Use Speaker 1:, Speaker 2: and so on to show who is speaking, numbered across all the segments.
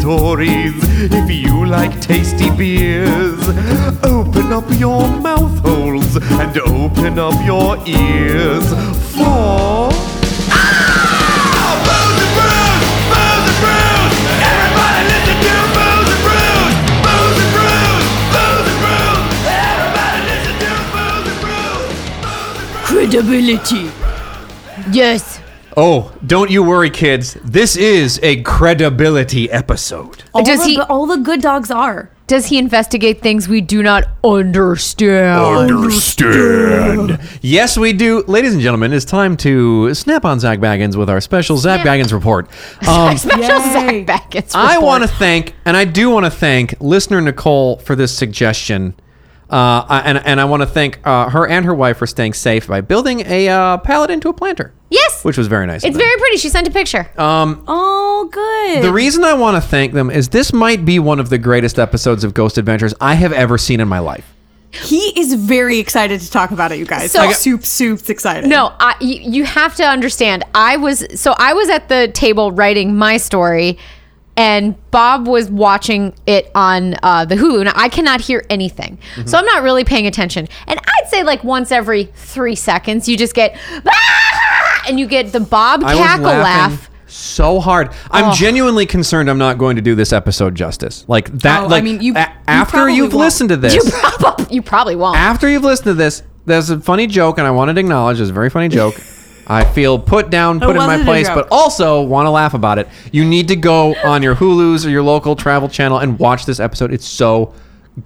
Speaker 1: stories. If you like tasty beers, open up your mouth holes and open up your ears for.
Speaker 2: Credibility. Yes.
Speaker 3: Oh, don't you worry, kids. This is a credibility episode.
Speaker 2: All,
Speaker 4: Does
Speaker 2: the,
Speaker 4: he-
Speaker 2: all the good dogs are.
Speaker 4: Does he investigate things we do not understand?
Speaker 3: Understand. Yes, we do. Ladies and gentlemen, it's time to snap on Zach Baggins with our special Zach Baggins report. Um,
Speaker 4: Special
Speaker 2: Yay.
Speaker 4: Zach Backus.
Speaker 3: I want to thank, and I do want to thank listener Nicole for this suggestion. Uh, I- and, and I want to thank uh, her and her wife for staying safe by building a uh, pallet into a planter.
Speaker 4: Yes.
Speaker 3: Which Um, was very nice. of
Speaker 4: It's
Speaker 3: them.
Speaker 4: very pretty. She sent a picture.
Speaker 2: Oh, good.
Speaker 3: The reason I want to thank them is this might be one of the greatest episodes of Ghost Adventures I have ever seen in my life.
Speaker 5: He is very excited to talk about it, you guys.
Speaker 4: So-
Speaker 5: like, soup, soup's excited.
Speaker 4: No, I, you, you have to understand. I was so I was at the table writing my story, and Bob was watching it on uh, the Hulu. Now I cannot hear anything,
Speaker 3: Mm-hmm.
Speaker 4: so I'm not really paying attention. And I'd say like once every three seconds, you just get "Ah!" and you get the Bob
Speaker 3: I was
Speaker 4: cackle
Speaker 3: laughing
Speaker 4: laugh.
Speaker 3: so hard. I'm genuinely concerned I'm not going to do this episode justice. Like that.
Speaker 5: Oh, I
Speaker 3: like
Speaker 5: mean, you-
Speaker 3: a-
Speaker 5: you
Speaker 3: after
Speaker 5: probably
Speaker 3: you've
Speaker 5: won't.
Speaker 3: listened to this,
Speaker 4: You probably, you probably won't.
Speaker 3: after you've listened to this, there's a funny joke, and I wanted to acknowledge it's a very funny joke. I feel put down, put in my
Speaker 5: wasn't a
Speaker 3: place,
Speaker 5: joke.
Speaker 3: but also want to laugh about it. You need to go on your Hulu's or your local travel channel and watch this episode. It's so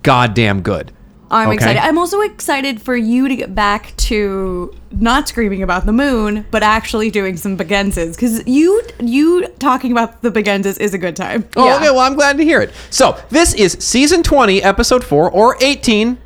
Speaker 3: goddamn good.
Speaker 5: I'm
Speaker 3: Okay.
Speaker 5: excited. I'm also excited for you to get back to not screaming about the moon, but actually doing some begenzas. Because you you talking about the begenzas is a good time.
Speaker 3: Oh, okay. Well, I'm glad to hear it. So this is season 20, episode four or 18.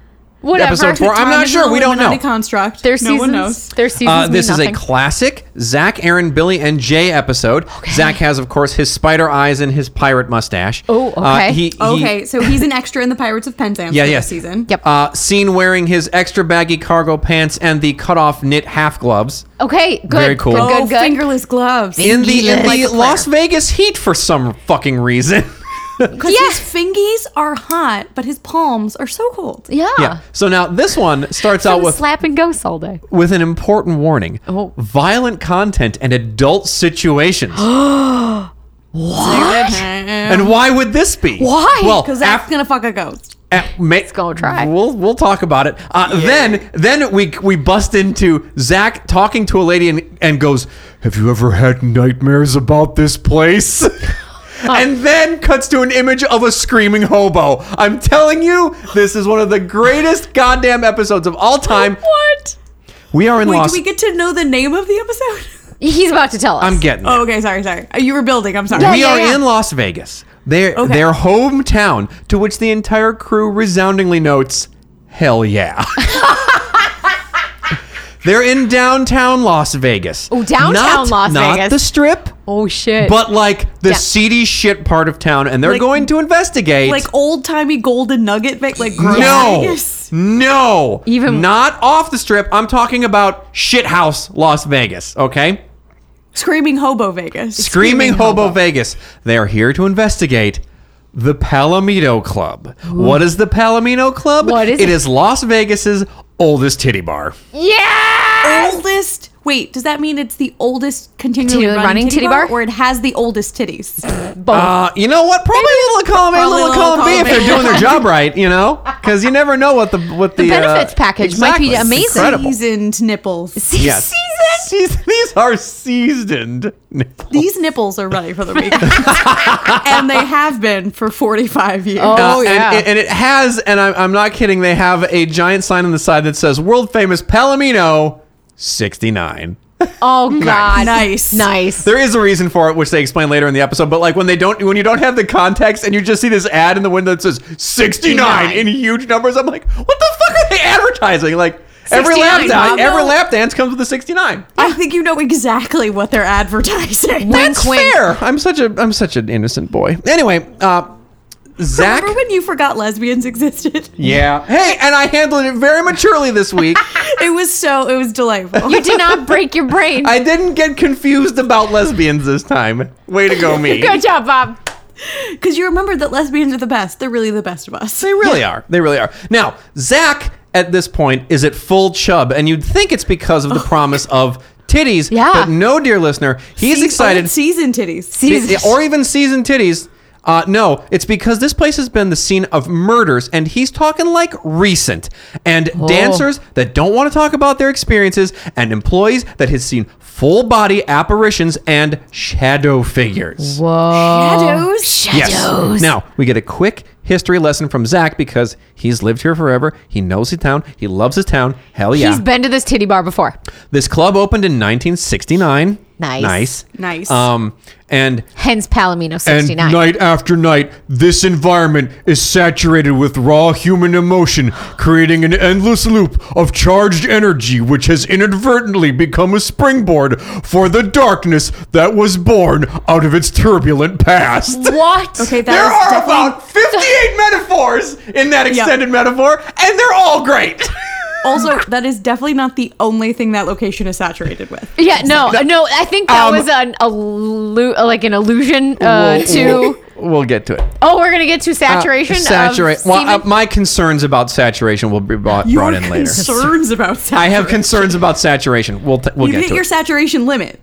Speaker 4: Whatever.
Speaker 3: Episode four. I'm
Speaker 5: Time
Speaker 3: not
Speaker 5: is
Speaker 3: sure.
Speaker 5: an
Speaker 3: We don't
Speaker 5: Illuminati
Speaker 3: know.
Speaker 5: Construct.
Speaker 4: Their
Speaker 5: no
Speaker 4: seasons.
Speaker 5: one knows.
Speaker 4: Their seasons.
Speaker 3: Uh, this
Speaker 4: mean
Speaker 3: is a
Speaker 4: nothing.
Speaker 3: classic Zach, Aaron, Billy, and Jay episode. Zach has, of course, his spider eyes and his pirate mustache.
Speaker 4: Oh,
Speaker 3: Uh,
Speaker 4: okay.
Speaker 3: he, he-
Speaker 5: Okay, so he's an extra in the Pirates of Penzance
Speaker 3: Yeah,
Speaker 5: for
Speaker 3: yeah.
Speaker 5: this season.
Speaker 4: Yep.
Speaker 3: Uh, seen wearing his extra baggy cargo pants and the cut-off knit half gloves.
Speaker 4: okay. Good.
Speaker 3: Very cool.
Speaker 4: Good.
Speaker 5: Oh,
Speaker 4: Good. good.
Speaker 5: fingerless gloves.
Speaker 3: In the, in
Speaker 4: Like a
Speaker 3: the
Speaker 4: player.
Speaker 3: Las Vegas heat for some fucking reason.
Speaker 5: Because
Speaker 4: Yeah.
Speaker 5: his fingies are hot, but his palms are so cold.
Speaker 4: Yeah.
Speaker 3: yeah. So now this one starts out
Speaker 4: I'm
Speaker 3: with
Speaker 4: slapping ghosts all day.
Speaker 3: with an important warning:
Speaker 4: Oh.
Speaker 3: violent content and adult situations.
Speaker 5: What?
Speaker 3: And why would this be?
Speaker 4: Why?
Speaker 3: Well,
Speaker 5: Because
Speaker 3: af-
Speaker 5: that's gonna fuck a ghost.
Speaker 3: af- ma-
Speaker 4: gonna try.
Speaker 3: Eh, We'll we'll talk about it. Uh, Then then we we bust into Zach talking to a lady and, and goes, "Have you ever had nightmares about this place?" And then cuts to an image of a screaming hobo. I'm telling you, this is one of the greatest goddamn episodes of all time.
Speaker 4: What?
Speaker 3: We are in
Speaker 5: Wait,
Speaker 3: Las.
Speaker 5: do we get to know the name of the episode?
Speaker 4: He's about to tell us.
Speaker 3: I'm getting. it.
Speaker 5: Oh, okay, sorry, sorry. Uh, You were building. I'm sorry.
Speaker 4: Yeah,
Speaker 3: we
Speaker 4: yeah,
Speaker 3: are
Speaker 4: yeah.
Speaker 3: in Las Vegas, their their hometown, to which the entire crew resoundingly notes, "Hell yeah." They're in downtown Las Vegas.
Speaker 4: Oh, downtown
Speaker 3: Not-
Speaker 4: Las
Speaker 3: Not
Speaker 4: Vegas.
Speaker 3: the strip,
Speaker 4: Oh shit.
Speaker 3: but like the
Speaker 4: Yeah.
Speaker 3: seedy shit part of town, and they're
Speaker 5: Like-
Speaker 3: going to investigate.
Speaker 5: Like old timey golden nugget, like like
Speaker 3: no,
Speaker 5: Vegas.
Speaker 3: no,
Speaker 4: Even-
Speaker 3: not off the strip. I'm talking about shithouse Las Vegas. Okay.
Speaker 5: screaming hobo Vegas.
Speaker 3: Screaming Hobo, Vegas. They are here to investigate the Palomino Club. What is the Palomino Club?
Speaker 4: What is
Speaker 3: it
Speaker 4: it?
Speaker 3: is Las Vegas's oldest titty bar.
Speaker 4: yeah.
Speaker 5: oldest. Wait, does that mean it's the oldest continually
Speaker 4: Continually
Speaker 5: running,
Speaker 4: running
Speaker 5: titty,
Speaker 4: titty
Speaker 5: bar,
Speaker 4: bar?
Speaker 5: or it has the oldest titties?
Speaker 4: Oh.
Speaker 3: Uh, you know what? Probably a little column A, a
Speaker 5: Probably
Speaker 3: little column B
Speaker 5: column
Speaker 3: if they're
Speaker 5: A.
Speaker 3: doing their job right. You know, because you never know what the what the,
Speaker 4: benefits package might be
Speaker 3: It's
Speaker 4: amazing.
Speaker 3: Incredible.
Speaker 5: Seasoned nipples.
Speaker 3: Yes. Seasoned. These are seasoned. nipples.
Speaker 5: These nipples are ready for the weekend, and they have been for 45 years.
Speaker 4: Oh,
Speaker 3: Uh, and-
Speaker 4: yeah.
Speaker 3: and, and it has, and I'm, I'm not kidding. They have a giant sign on the side that says "World Famous Palomino 69."
Speaker 4: Oh god.
Speaker 5: Nice.
Speaker 4: Nice.
Speaker 3: There is a reason for it, which they explain later in the episode. But like when they don't, when you don't have the context and you just see this ad in the window that says 69 in huge numbers, I'm like, what the fuck are they advertising? Like every lap
Speaker 4: 69,
Speaker 3: dance,
Speaker 4: Bobo.
Speaker 3: every lap dance comes with a 69.
Speaker 5: I think you know exactly what they're advertising.
Speaker 4: Wink,
Speaker 3: That's
Speaker 4: wink.
Speaker 3: fair. I'm such a, I'm such an innocent boy. Anyway, uh, Zach.
Speaker 5: Remember when you forgot lesbians existed?
Speaker 3: Yeah. Hey, and I handled it very maturely this week.
Speaker 5: It was so it was delightful.
Speaker 4: You did not break your brain.
Speaker 3: I didn't get confused about lesbians this time. Way to go, me.
Speaker 4: Good job, Bob.
Speaker 5: Because you remember that lesbians are the best. They're really the best of us.
Speaker 3: They really are. They really are. Now, Zach at this point is at full chub, and you'd think it's because of the promise of titties.
Speaker 4: Yeah.
Speaker 3: But no, dear listener, he's excited.
Speaker 5: Season titties.
Speaker 4: Jesus.
Speaker 3: Or even seasoned titties. Uh, no, it's because this place has been the scene of murders, and he's talking like recent. And dancers that don't want to talk about their experiences, and employees that has seen full body apparitions and shadow figures. Oh.
Speaker 5: Shadows.
Speaker 3: Yes. Now we get a quick history lesson from Zach because he's lived here forever. He knows the town. He loves his town. Hell yeah.
Speaker 4: He's been to this titty bar before.
Speaker 3: this club opened in 1969.
Speaker 4: Nice.
Speaker 3: Nice.
Speaker 5: Nice.
Speaker 3: Um, and
Speaker 4: Hence Palomino 69.
Speaker 3: after night, this environment is saturated with raw human emotion, creating an endless loop of charged energy, which has inadvertently become a springboard for the darkness that was born out of its turbulent past.
Speaker 4: what?
Speaker 5: Okay, that
Speaker 3: there
Speaker 5: was
Speaker 3: are
Speaker 5: definitely-
Speaker 3: about 58 metaphors in that extended metaphor, and they're all great.
Speaker 5: Also, that is definitely not the only thing that location is saturated with.
Speaker 4: Yeah, no, no. I think that
Speaker 3: Um,
Speaker 4: was an allu- like an allusion uh, to.
Speaker 3: We'll, we'll get to it.
Speaker 4: Oh, we're gonna get to saturation.
Speaker 3: saturate.
Speaker 4: Of
Speaker 3: Well, uh,
Speaker 4: semen?
Speaker 3: my concerns about saturation will be brought,
Speaker 5: Your
Speaker 3: brought in later.
Speaker 5: concerns about saturation.
Speaker 3: I have concerns about saturation. We'll t- we'll
Speaker 5: You
Speaker 3: get
Speaker 5: hit
Speaker 3: to
Speaker 5: your
Speaker 3: it.
Speaker 5: saturation limit.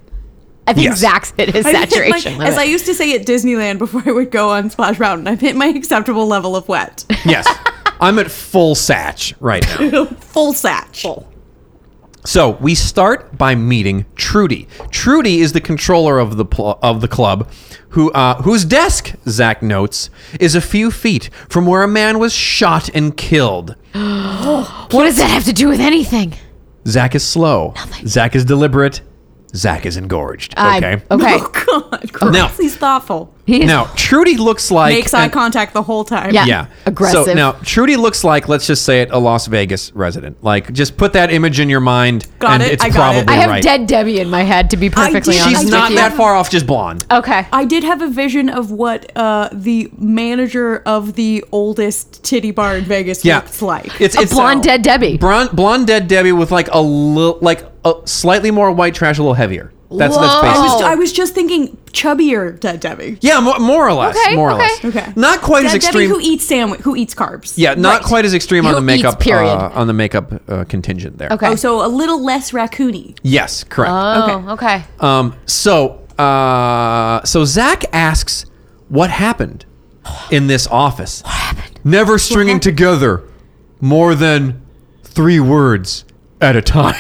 Speaker 4: I think
Speaker 3: yes.
Speaker 4: Zach's hit his
Speaker 5: I've hit my-
Speaker 4: saturation.
Speaker 5: as I used to say at Disneyland before I would go on Splash Mountain, I've hit my acceptable level of wet.
Speaker 3: yes, I'm at full satch right now.
Speaker 5: Full satch.
Speaker 3: So we start by meeting Trudy. Trudy is the controller of the pl- of the club, who uh, whose desk Zach notes is a few feet from where a man was shot and killed.
Speaker 4: what does that have to do with anything?
Speaker 3: Zach is slow. Zach is deliberate. Zach is engorged.
Speaker 4: I-
Speaker 3: Okay.
Speaker 4: okay.
Speaker 5: Oh God, Chris,
Speaker 3: Now-
Speaker 5: he's thoughtful. He
Speaker 4: He is-
Speaker 3: Now Trudy looks like
Speaker 5: makes eye
Speaker 3: an-
Speaker 5: contact the whole time.
Speaker 4: Yeah.
Speaker 3: Yeah.
Speaker 4: Aggressive.
Speaker 3: So now Trudy looks like, let's just say it, a Las Vegas resident. Like, just put that image in your mind,
Speaker 5: Got
Speaker 3: and
Speaker 5: it.
Speaker 3: it's
Speaker 5: I got it.
Speaker 3: probably
Speaker 4: I have
Speaker 3: right.
Speaker 4: dead Debbie in my head. To be perfectly
Speaker 5: did-
Speaker 4: honest,
Speaker 3: She's
Speaker 5: I
Speaker 3: not
Speaker 4: with you.
Speaker 3: that far off, just blonde.
Speaker 4: Okay.
Speaker 5: I did have a vision of what uh, the manager of the oldest titty bar in Vegas
Speaker 3: yeah,
Speaker 5: looks like.
Speaker 3: It's, uh,
Speaker 4: a
Speaker 3: it's
Speaker 4: blonde dead Debbie.
Speaker 3: Blonde, blonde dead Debbie with like a little, like a slightly more white trash, a little heavier. That's
Speaker 4: Whoa.
Speaker 3: that's
Speaker 5: I
Speaker 3: basically.
Speaker 5: was,
Speaker 4: Oh.
Speaker 5: I was just thinking chubbier Dead Debbie.
Speaker 3: Yeah, more, more or less.
Speaker 4: Okay,
Speaker 3: more or
Speaker 4: okay.
Speaker 3: less.
Speaker 5: Okay.
Speaker 3: Not quite as
Speaker 5: Dead
Speaker 3: extreme.
Speaker 5: Debbie who eats sandwich, who eats carbs.
Speaker 3: yeah, not
Speaker 4: Right.
Speaker 3: quite as extreme on
Speaker 4: Who
Speaker 3: the makeup.
Speaker 4: eats, period.
Speaker 3: uh, on the makeup uh, contingent there.
Speaker 4: Okay.
Speaker 5: Oh, so a little less raccoony.
Speaker 3: Yes, correct.
Speaker 4: Oh, okay.
Speaker 3: Um, so, uh, so Zach asks, "What happened in this office? What happened? Never stringing together more than three words at a time."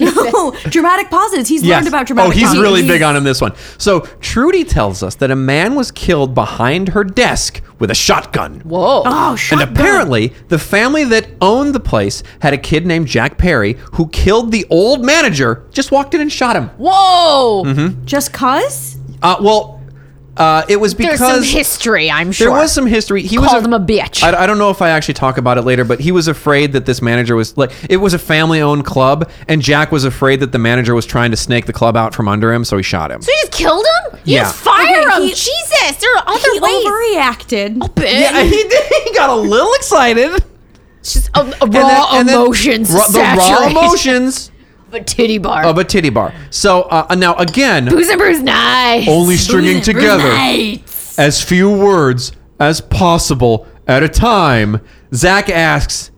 Speaker 5: No, dramatic pauses. He's learned about dramatic
Speaker 3: oh, he's
Speaker 5: pauses.
Speaker 3: really big on him this one. So Trudy tells us that a man was killed behind her desk with a shotgun.
Speaker 4: Whoa.
Speaker 5: Oh, shut
Speaker 3: and apparently, the family that owned the place had a kid named Jack Perry who killed the old manager, just walked in and shot him.
Speaker 4: Whoa.
Speaker 3: Mm-hmm.
Speaker 5: Just cause?
Speaker 3: Uh, well, uh, it was
Speaker 4: There's
Speaker 3: because
Speaker 4: some history. I'm sure.
Speaker 3: There was some history. He was
Speaker 4: Called
Speaker 3: af-
Speaker 4: him a bitch.
Speaker 3: I, I don't know if I actually talk about it later, but he was afraid that this manager was like it was a family-owned club, and Jack was afraid that the manager was trying to snake the club out from under him, so he shot him.
Speaker 4: So you just killed him? You
Speaker 3: Yeah.
Speaker 4: just fire
Speaker 5: Okay,
Speaker 4: him?
Speaker 5: he-
Speaker 4: Jesus, there are other
Speaker 5: He
Speaker 4: ways.
Speaker 5: overreacted.
Speaker 3: yeah, he did. He got a little excited.
Speaker 4: Just a, a raw
Speaker 3: And then- and then-
Speaker 4: emotions.
Speaker 3: ra- the raw
Speaker 4: saturated
Speaker 3: emotions
Speaker 4: of a titty bar.
Speaker 3: of a titty bar. So uh, now again,
Speaker 4: Booze and Bruce nice.
Speaker 3: only stringing
Speaker 5: Bruising.
Speaker 3: together
Speaker 4: Nice.
Speaker 3: as few words as possible at a time. Zach asks,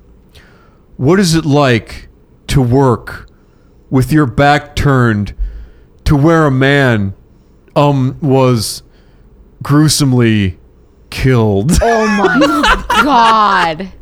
Speaker 3: What is it like to work with your back turned to where a man um was gruesomely killed?
Speaker 4: Oh my god.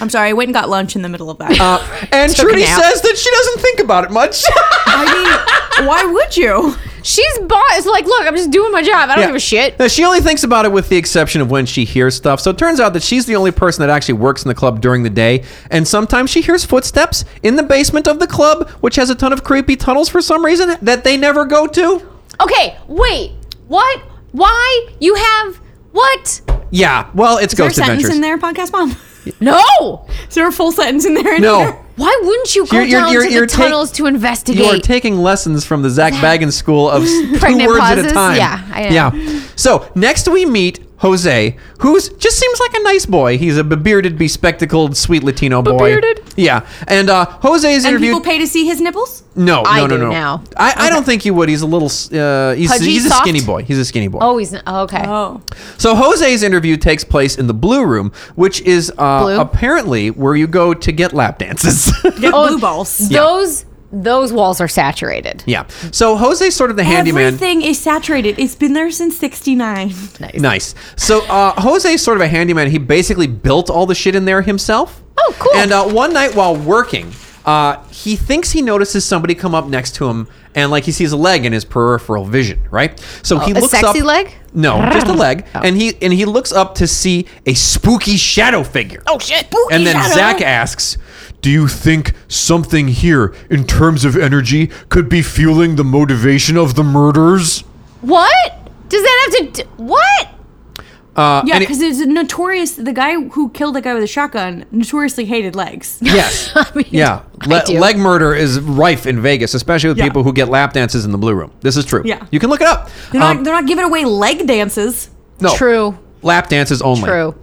Speaker 5: I'm sorry, I went and got lunch in the middle of
Speaker 3: Uh,
Speaker 5: that.
Speaker 3: and
Speaker 4: Took a
Speaker 3: Trudy
Speaker 4: nap.
Speaker 3: says that she doesn't think about it much.
Speaker 5: I mean, why would you?
Speaker 4: She's boss. Like, look, I'm just doing my job. I don't give a shit.
Speaker 3: Now, she only thinks about it with the exception of when she hears stuff. So it turns out that she's the only person that actually works in the club during the day. And sometimes she hears footsteps in the basement of the club, which has a ton of creepy tunnels for some reason that they never go to.
Speaker 4: Okay, wait. What? Why? You have what?
Speaker 3: Yeah, well, it's
Speaker 5: Is
Speaker 3: Ghost
Speaker 5: there a sentence
Speaker 3: Adventures.
Speaker 5: in there, Podcast Mom?
Speaker 4: No.
Speaker 5: Is there a full sentence in there? in
Speaker 3: No.
Speaker 5: here?
Speaker 4: Why wouldn't you go
Speaker 3: You're- you're-
Speaker 4: down
Speaker 3: you're-
Speaker 4: to
Speaker 3: you're
Speaker 4: the
Speaker 3: take-
Speaker 4: tunnels to
Speaker 3: You are
Speaker 4: investigate?
Speaker 3: taking lessons from the Zach Baggins school of s- two
Speaker 4: Pregnant
Speaker 3: words at a
Speaker 4: pauses?
Speaker 3: time.
Speaker 4: Yeah, I know.
Speaker 3: yeah. So next we meet Jose, who's just seems like a nice boy. He's a bearded, bespectacled, sweet Latino boy.
Speaker 4: Bearded?
Speaker 3: Yeah, and uh, Jose's
Speaker 5: And
Speaker 3: interview. Mm.
Speaker 5: people pay to see his nipples?
Speaker 3: no, no,
Speaker 4: I
Speaker 3: no,
Speaker 4: do
Speaker 3: no.
Speaker 4: now.
Speaker 3: I, I don't think he would. He's a little. s- Uh, he's
Speaker 4: Pudgy,
Speaker 3: he's a
Speaker 4: soft?
Speaker 3: skinny boy. He's a skinny boy.
Speaker 4: Oh, he's not, oh, okay.
Speaker 5: Oh.
Speaker 3: So Jose's interview takes place in the Blue Room, which is uh,
Speaker 4: Blue?
Speaker 3: apparently where you go to get lap dances.
Speaker 5: Get
Speaker 4: Oh,
Speaker 5: blue balls.
Speaker 4: Those those walls are saturated.
Speaker 3: yeah. So Jose's sort of the handyman.
Speaker 5: Everything is saturated. It's been there since 69.
Speaker 4: Nice.
Speaker 3: Nice. So uh, Jose's sort of a handyman. He basically built all the shit in there himself.
Speaker 4: Oh, cool.
Speaker 3: And uh, one night while working, uh, he thinks he notices somebody come up next to him, and like he sees a leg in his peripheral vision, right? So he
Speaker 4: a
Speaker 3: looks
Speaker 4: sexy
Speaker 3: up.
Speaker 4: leg? Oh.
Speaker 3: No, just a leg. And he and he looks up to see a spooky shadow figure.
Speaker 4: Oh shit.
Speaker 3: And then
Speaker 5: shadow.
Speaker 3: Zach asks, Do you think something here, in terms of energy, could be fueling the motivation of the murders?
Speaker 4: What does that have to? Do? What?
Speaker 3: Uh,
Speaker 5: Yeah,
Speaker 3: and it-
Speaker 5: because it's notorious. The guy who killed the guy with a shotgun notoriously hated legs.
Speaker 3: Yes. yeah.
Speaker 4: I
Speaker 3: Le-
Speaker 4: do.
Speaker 3: leg murder is rife in Vegas, especially with
Speaker 5: Yeah.
Speaker 3: people who get lap dances in the blue room. This is true.
Speaker 5: Yeah.
Speaker 3: You can look it up.
Speaker 5: They're not,
Speaker 3: Um,
Speaker 5: they're not giving away leg dances.
Speaker 3: no.
Speaker 4: True.
Speaker 3: Lap dances only.
Speaker 4: True.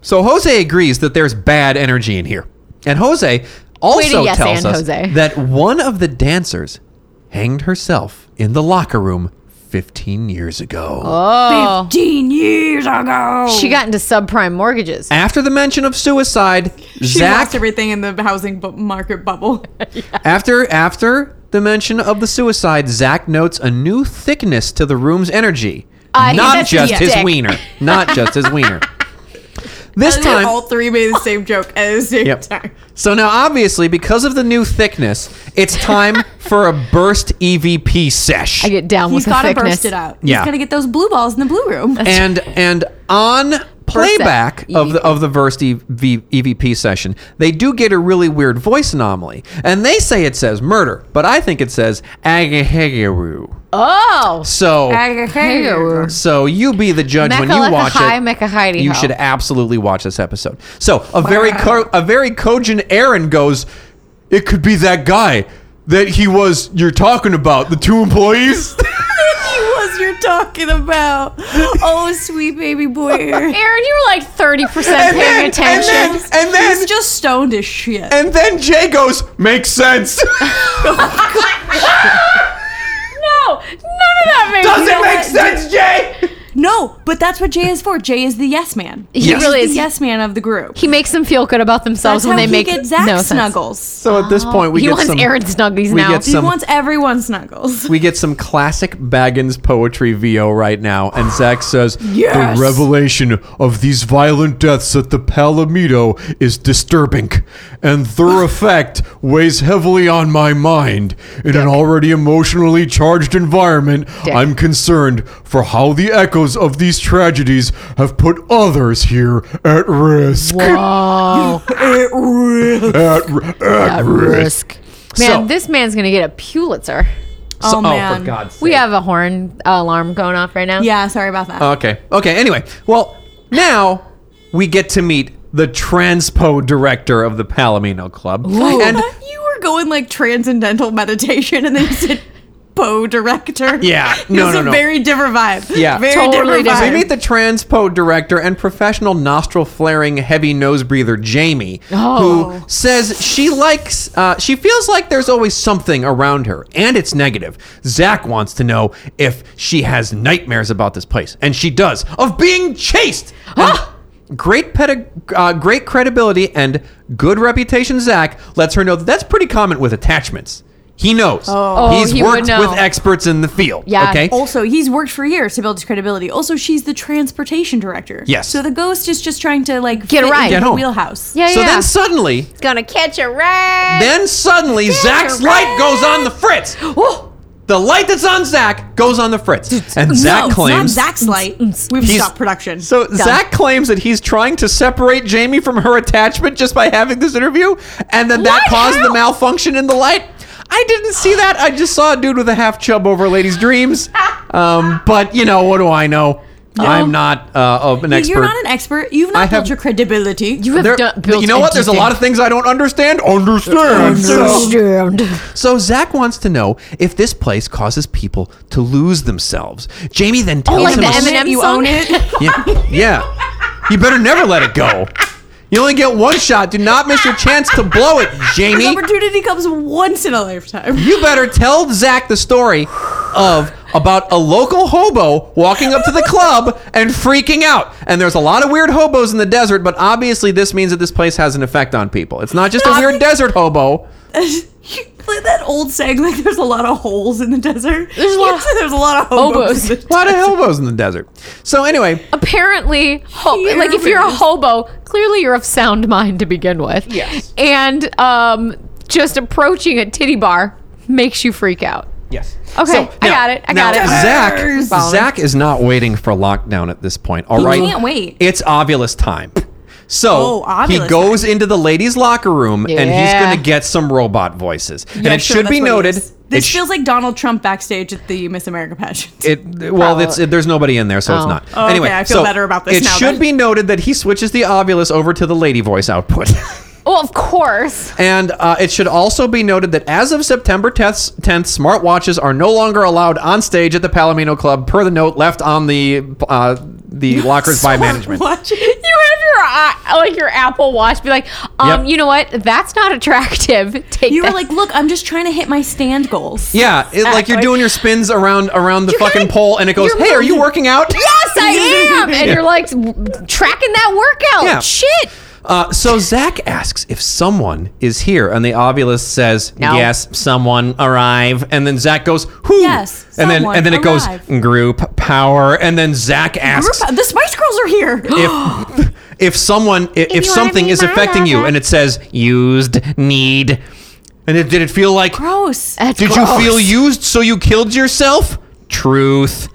Speaker 3: So Jose agrees that there's bad energy in here. And Jose also
Speaker 4: Wait a yes
Speaker 3: tells
Speaker 4: and,
Speaker 3: us
Speaker 4: Jose.
Speaker 3: that one of the dancers hanged herself in the locker room 15 years ago.
Speaker 5: Oh. 15 years ago.
Speaker 4: She got into subprime mortgages.
Speaker 3: After the mention of suicide,
Speaker 5: She
Speaker 3: Zach
Speaker 5: lost everything in the housing bu- market bubble.
Speaker 3: After after the mention of the suicide, Zach notes a new thickness to the room's energy.
Speaker 4: I think
Speaker 3: not
Speaker 4: that's
Speaker 3: just
Speaker 4: his
Speaker 3: his
Speaker 4: dick.
Speaker 3: wiener. Not just his wiener. This time
Speaker 5: all three made the same joke at the same
Speaker 3: Yep.
Speaker 5: time.
Speaker 3: So now obviously because of the new thickness, it's time for a burst EVP sesh.
Speaker 4: I get down
Speaker 5: He's
Speaker 4: with the
Speaker 5: got to
Speaker 4: thickness.
Speaker 5: burst it out.
Speaker 3: Yeah.
Speaker 5: He's got to get those blue balls in the blue room.
Speaker 3: and and on playback of
Speaker 4: E
Speaker 3: the E of the Verst EV, EVP session, they do get a really weird voice anomaly, and they say it says murder, but I think it says agahegeru.
Speaker 4: Oh.
Speaker 3: So
Speaker 4: Hey-o.
Speaker 3: so you be the judge when
Speaker 4: Mecca
Speaker 3: you
Speaker 4: lecha
Speaker 3: watch
Speaker 4: hi,
Speaker 3: it.
Speaker 4: Mecca hidey
Speaker 3: you
Speaker 4: ho.
Speaker 3: should absolutely watch this episode. So a very co- a very cogent Aaron goes, it could be that guy that he was you're talking about the two employees.
Speaker 5: he was you're talking about. Oh, sweet baby boy.
Speaker 4: Aaron, you were like thirty percent
Speaker 3: and
Speaker 4: paying
Speaker 3: then, and
Speaker 4: attention.
Speaker 3: then and then
Speaker 5: He's just stoned as shit.
Speaker 3: And then Jay goes, makes sense.
Speaker 4: no, none of that makes
Speaker 3: Does it
Speaker 5: know
Speaker 3: make
Speaker 5: what?
Speaker 3: sense, Jay?
Speaker 5: No, but that's what Jay is for. Jay is the yes man. He
Speaker 4: He
Speaker 3: Yes.
Speaker 4: really
Speaker 5: is
Speaker 4: is.
Speaker 5: the yes man of the group.
Speaker 4: He makes them feel good about themselves
Speaker 5: That's
Speaker 4: when
Speaker 5: how
Speaker 4: they
Speaker 5: he
Speaker 4: make
Speaker 5: gets Zach
Speaker 4: no sense.
Speaker 5: snuggles.
Speaker 3: So at this point, we
Speaker 4: He
Speaker 3: get
Speaker 4: wants
Speaker 3: some
Speaker 4: Aaron Snuggies
Speaker 3: we
Speaker 4: now.
Speaker 3: Get
Speaker 4: He
Speaker 5: He
Speaker 3: some,
Speaker 5: wants everyone snuggles.
Speaker 3: we get some classic Baggins poetry VO right now, and Zach says,
Speaker 5: Yes.
Speaker 1: The revelation of these violent deaths at the Palomito is disturbing, and their effect weighs heavily on my mind. In an already emotionally charged environment,
Speaker 4: Dick.
Speaker 1: I'm concerned for how the echoes of these tragedies have put others here at risk.
Speaker 4: Whoa.
Speaker 1: At risk. At, ri- at risk.
Speaker 4: Man,
Speaker 3: So-
Speaker 4: this man's gonna get a Pulitzer.
Speaker 3: So-
Speaker 5: Oh, man.
Speaker 3: for God's sake.
Speaker 4: We have a horn uh, alarm going off right now.
Speaker 5: Yeah, sorry about that.
Speaker 3: Oh, Okay. Okay. Anyway, well, now we get to meet the transpo director of the Palomino Club. And
Speaker 5: you were going like transcendental meditation, and then you said Poe director.
Speaker 3: Yeah.
Speaker 5: it
Speaker 3: No,
Speaker 5: was
Speaker 3: no,
Speaker 5: a
Speaker 3: no.
Speaker 5: very different vibe.
Speaker 3: Yeah.
Speaker 5: very
Speaker 4: Totally
Speaker 5: different
Speaker 4: different.
Speaker 5: vibe.
Speaker 3: We meet the transpo director and professional nostril flaring heavy nose breather Jamie,
Speaker 4: Oh.
Speaker 3: who says she likes, uh, she feels like there's always something around her, and it's negative. Zach wants to know if she has nightmares about this place, and she does, of being chased. And Great pedi- uh, great credibility and good reputation. Zach lets her know that that's pretty common with attachments. He knows.
Speaker 4: Oh,
Speaker 3: He's
Speaker 4: he would
Speaker 3: worked
Speaker 4: know.
Speaker 3: with experts in the field.
Speaker 4: Yeah. Oh,
Speaker 3: Okay.
Speaker 5: also, he's worked for years to build his credibility. Also, she's the transportation director.
Speaker 3: Yes.
Speaker 5: So the ghost is just trying to like
Speaker 4: Get a
Speaker 5: fit
Speaker 4: ride.
Speaker 5: into
Speaker 4: Get
Speaker 5: the
Speaker 3: home.
Speaker 5: wheelhouse.
Speaker 4: Yeah,
Speaker 3: so
Speaker 4: yeah.
Speaker 3: then suddenly
Speaker 4: gonna catch a rat.
Speaker 3: Then suddenly Zach's light goes on the fritz. The light that's on Zach goes on the fritz. And Zach
Speaker 5: no,
Speaker 3: claims
Speaker 5: it's not Zach's light. We've
Speaker 3: He's-
Speaker 5: stopped production.
Speaker 3: So Zach claims that he's trying to separate Jamie from her attachment just by having this interview and that that
Speaker 4: What?
Speaker 3: caused the
Speaker 4: How?
Speaker 3: malfunction in the light. I didn't see that. I just saw a dude with a half chub over a lady's dreams. Um, but you know, what do I know? I'm not uh, of an expert.
Speaker 5: You're not an expert. You've
Speaker 3: I
Speaker 5: not
Speaker 3: have-
Speaker 5: built your credibility.
Speaker 4: you have
Speaker 3: There-
Speaker 4: done, built
Speaker 3: you know what? There's a lot of things I don't understand. Oh, Understand. So- So Zach wants to know if this place causes people to lose themselves. Jamie then tells
Speaker 4: Oh, like
Speaker 3: him,
Speaker 4: the
Speaker 3: a s-
Speaker 4: Eminem
Speaker 5: you
Speaker 4: song?
Speaker 5: own it.
Speaker 3: yeah, yeah, you better never let it go. You only get one shot. Do not miss your chance to blow it,
Speaker 5: This
Speaker 3: Jamie.
Speaker 5: opportunity comes once in a lifetime.
Speaker 3: You better tell Zach the story of about a local hobo walking up to the club and freaking out. And there's a lot of weird hobos in the desert, but obviously this means that this place has an effect on people. It's not just a weird desert hobo.
Speaker 5: like that old saying, like there's a lot of holes in the desert.
Speaker 4: There's a lot of
Speaker 5: Yes, there's a lot of hobos.
Speaker 4: hobos.
Speaker 5: in the
Speaker 3: A lot of hobos in the desert. So anyway,
Speaker 4: apparently ho- like if you're a
Speaker 5: Humans.
Speaker 4: hobo clearly you're of sound mind to begin with
Speaker 3: Yes.
Speaker 4: and um just approaching a titty bar makes you freak out
Speaker 3: Yes.
Speaker 4: Okay, I got it, I
Speaker 3: now
Speaker 4: got it.
Speaker 3: Zach,
Speaker 4: Following.
Speaker 3: Zach is not waiting for lockdown at this point. All right,
Speaker 5: can't wait.
Speaker 3: It's ovulus time. So
Speaker 5: Oh, ovulus
Speaker 3: he goes into the ladies' locker room and he's
Speaker 4: Yeah.
Speaker 3: going to get some robot voices. and
Speaker 5: Yeah,
Speaker 3: it
Speaker 5: sure,
Speaker 3: should
Speaker 5: that's
Speaker 3: be
Speaker 5: what it
Speaker 3: noted.
Speaker 5: is. This
Speaker 3: it sh-
Speaker 5: feels like Donald Trump backstage at the Miss America pageant.
Speaker 3: It, well,
Speaker 4: Probably.
Speaker 3: it's, it- there's nobody in there, so it's
Speaker 4: Oh.
Speaker 3: not.
Speaker 5: Oh, okay,
Speaker 3: anyway,
Speaker 5: I feel
Speaker 3: so
Speaker 5: better about this
Speaker 3: It
Speaker 5: now
Speaker 3: should
Speaker 5: then.
Speaker 3: be noted that he switches the ovulus over to the lady voice output.
Speaker 4: oh of course
Speaker 3: And uh, it should also be noted that as of September 10th, 10th, smartwatches are no longer allowed on stage at the Palomino Club, per the note left on the uh, the lockers by management.
Speaker 5: Watch
Speaker 4: you
Speaker 5: it.
Speaker 4: have your uh, like your apple watch be like um
Speaker 3: Yep.
Speaker 4: you know what that's not attractive take
Speaker 5: You were
Speaker 4: that.
Speaker 5: like, look, I'm just trying to hit my stand goals.
Speaker 3: Yeah, it, like you're
Speaker 4: Exactly.
Speaker 3: doing your spins around around the fucking
Speaker 4: kinda-
Speaker 3: pole, and it goes,
Speaker 4: you're
Speaker 3: "Hey, are you
Speaker 4: moving-
Speaker 3: working out?"
Speaker 4: yes i am and you're like w- tracking that workout
Speaker 3: Yeah.
Speaker 4: shit
Speaker 3: Uh, so Zach asks if someone is here, and the ovulus says,
Speaker 4: No.
Speaker 3: "Yes, someone arrive." And then Zach goes, "Who?"
Speaker 5: Yes,
Speaker 3: and then
Speaker 5: someone
Speaker 3: and then it goes,
Speaker 5: arrive.
Speaker 3: "Group power." And then Zach asks,
Speaker 5: Group- The Spice Girls are here.
Speaker 3: if if someone if, if
Speaker 4: you
Speaker 3: something
Speaker 4: wanna
Speaker 3: is
Speaker 4: be my
Speaker 3: affecting you
Speaker 4: lover.
Speaker 3: and it says used need and it, did it feel like
Speaker 5: Gross.
Speaker 4: That's
Speaker 3: did
Speaker 4: gross.
Speaker 3: you feel used so you killed yourself truth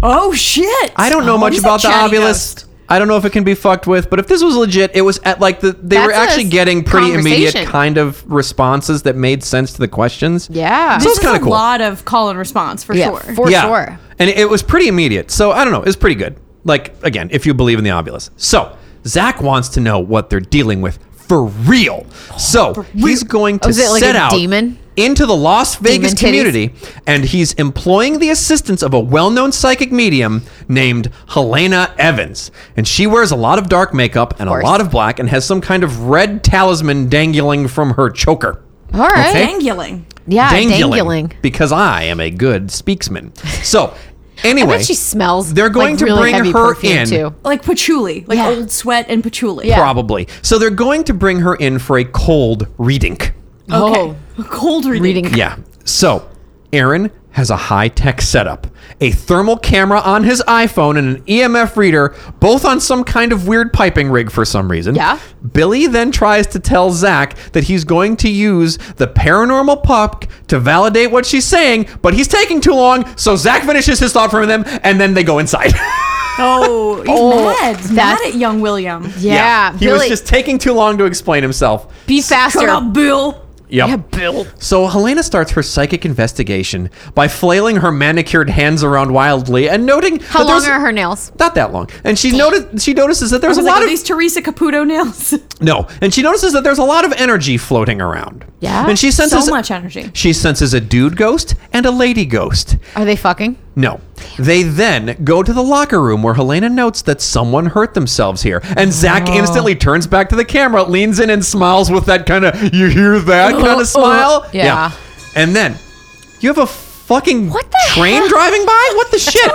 Speaker 5: Oh shit.
Speaker 3: i don't know
Speaker 5: Oh,
Speaker 3: much
Speaker 5: he's a
Speaker 3: about the
Speaker 5: chatty
Speaker 3: ovulus
Speaker 5: ghost.
Speaker 3: i don't know if it can be fucked with but if this was legit it was at like the they were
Speaker 4: That's a
Speaker 3: actually getting pretty immediate
Speaker 4: conversation.
Speaker 3: kind of responses that made sense to the questions
Speaker 4: Yeah.
Speaker 3: so
Speaker 5: This
Speaker 3: it's
Speaker 5: is
Speaker 3: kind
Speaker 5: a
Speaker 3: of cool
Speaker 5: lot of call and response for
Speaker 4: yeah
Speaker 5: sure.
Speaker 4: for sure
Speaker 3: And it was pretty immediate. So I don't know. It was pretty good. Like, again, if you believe in the ovulus. So Zach wants to know what they're dealing with for real. So he's going to
Speaker 4: Oh, is it like
Speaker 3: set
Speaker 4: a
Speaker 3: out
Speaker 4: demon?
Speaker 3: into the Las Vegas
Speaker 4: titties?
Speaker 3: community and he's employing the assistance of a well known psychic medium named Helena Evans. And she wears a lot of dark makeup and a
Speaker 4: course.
Speaker 3: lot of black and has some kind of red talisman dangling from her choker.
Speaker 4: all right
Speaker 3: Okay.
Speaker 5: Dangling.
Speaker 4: yeah dangling.
Speaker 3: Because I am a good speaksman. So, anyway.
Speaker 4: I bet she smells.
Speaker 3: They're going
Speaker 4: like,
Speaker 3: to
Speaker 4: really
Speaker 3: bring
Speaker 4: heavy
Speaker 3: her
Speaker 4: perfume,
Speaker 3: in.
Speaker 4: Too.
Speaker 5: Like patchouli. Like
Speaker 4: Yeah.
Speaker 5: old sweat and patchouli.
Speaker 4: Yeah.
Speaker 3: Probably. So they're going to bring her in for a cold reading.
Speaker 5: Okay. Cold Oh. reading.
Speaker 4: reading.
Speaker 3: Yeah. So, Aaron has a high tech setup a thermal camera on his iPhone and an EMF reader, both on some kind of weird piping rig for some reason.
Speaker 4: Yeah.
Speaker 3: Billy then tries to tell Zach that he's going to use the paranormal puck to validate what she's saying, but he's taking too long, so Zach finishes his thought for them, and then they go inside.
Speaker 5: Oh, he's
Speaker 4: Oh,
Speaker 5: mad. He's mad
Speaker 4: that's-
Speaker 5: at young William.
Speaker 4: Yeah,
Speaker 3: He
Speaker 4: Billy,
Speaker 3: was just taking too long to explain himself.
Speaker 4: be faster.
Speaker 5: Shut up, Bill.
Speaker 3: Yep.
Speaker 4: Yeah, Bill.
Speaker 3: So Helena starts her psychic investigation by flailing her manicured hands around wildly and noting
Speaker 4: How
Speaker 3: that
Speaker 4: long
Speaker 3: there's
Speaker 4: are her nails?
Speaker 3: not that long. And she noticed she notices that there's
Speaker 5: I
Speaker 3: a
Speaker 5: was like,
Speaker 3: lot
Speaker 5: are
Speaker 3: of
Speaker 5: these Teresa Caputo nails?
Speaker 3: No, and she notices that there's a lot of energy floating around.
Speaker 4: Yeah.
Speaker 3: And she senses
Speaker 5: so much energy.
Speaker 3: She senses a dude ghost and a lady ghost.
Speaker 4: Are they fucking?
Speaker 3: No. They then go to the locker room where Helena notes that someone hurt themselves here. And Zach
Speaker 4: Oh.
Speaker 3: instantly turns back to the camera, leans in, and smiles with that kind of, you hear that kind of smile?
Speaker 4: Oh, Yeah.
Speaker 3: And then you have a fucking
Speaker 4: What the
Speaker 3: train
Speaker 4: hell?
Speaker 3: driving by? What the shit?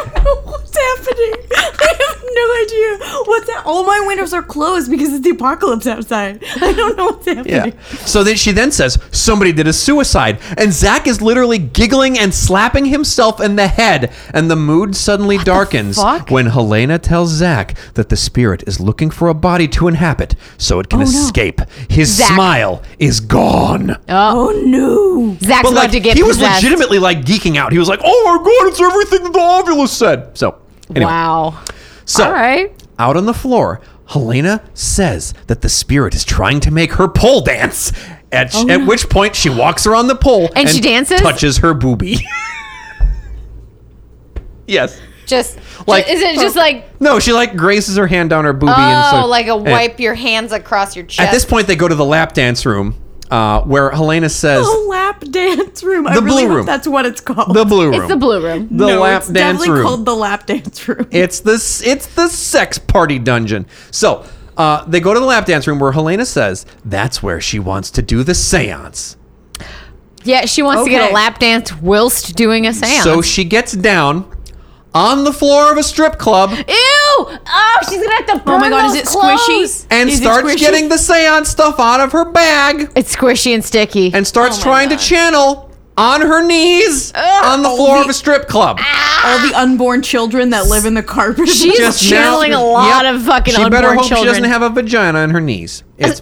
Speaker 5: What's happening? I have no idea what's that. All my windows are closed because it's the apocalypse outside. I don't know what's
Speaker 3: Yeah.
Speaker 5: happening.
Speaker 3: So then she then says, somebody did a suicide. And Zach is literally giggling and slapping himself in the head. And the mood suddenly darkens
Speaker 4: fuck?
Speaker 3: when Helena tells Zach that the spirit is looking for a body to inhabit so it can escape. His
Speaker 4: Oh, Zach.
Speaker 3: smile is gone.
Speaker 5: Oh no!
Speaker 4: Zach's about
Speaker 3: like,
Speaker 4: to get
Speaker 3: he was
Speaker 4: possessed.
Speaker 3: legitimately like geeking out. He was like, oh my God, it's everything that the ovulus said. So, anyway.
Speaker 4: Wow.
Speaker 3: So,
Speaker 4: All right.
Speaker 3: out on the floor, Helena says that the spirit is trying to make her pole dance. At, at which point, she walks around the pole
Speaker 4: Oh, And she dances?
Speaker 3: touches her boobie. yes.
Speaker 4: Just
Speaker 3: Like-
Speaker 4: like is it just like
Speaker 3: No, she like graces her hand down her boobie. and
Speaker 4: oh
Speaker 3: so,
Speaker 4: like a
Speaker 3: and
Speaker 4: wipe your hands across your chest?
Speaker 3: At this point, they go to the lap dance room, uh, where Helena says
Speaker 4: Oh.
Speaker 5: The lap dance room. I
Speaker 3: The
Speaker 5: really
Speaker 3: blue
Speaker 5: hope
Speaker 3: room.
Speaker 5: That's what it's called.
Speaker 3: the blue room.
Speaker 4: it's the blue room.
Speaker 3: The
Speaker 5: no,
Speaker 3: lap
Speaker 5: it's
Speaker 3: dance
Speaker 5: definitely
Speaker 3: room.
Speaker 5: called the lap dance room.
Speaker 3: It's the it's the sex party dungeon. So Uh, they go to the lap dance room where Helena says that's where she wants to do the seance.
Speaker 4: Yeah, she wants to get
Speaker 5: Okay.
Speaker 4: a lap dance whilst doing a seance.
Speaker 3: So she gets down on the floor of a strip club
Speaker 4: Ew! Oh, she's gonna have to burn
Speaker 5: Oh my god, is it
Speaker 4: those
Speaker 5: squishy?
Speaker 4: clothes.
Speaker 3: and
Speaker 5: Is it
Speaker 3: starts
Speaker 5: squishy?
Speaker 3: getting the seance stuff out of her bag
Speaker 4: It's squishy and sticky.
Speaker 3: and starts
Speaker 5: Oh my
Speaker 3: trying
Speaker 5: God.
Speaker 3: to channel on her knees on the floor of a strip club.
Speaker 5: all the unborn children that live in the carpet.
Speaker 4: She's channeling a lot
Speaker 3: Yep.
Speaker 4: of fucking
Speaker 3: She
Speaker 4: unborn
Speaker 3: better hope
Speaker 4: children.
Speaker 3: she doesn't have a vagina on her knees. It's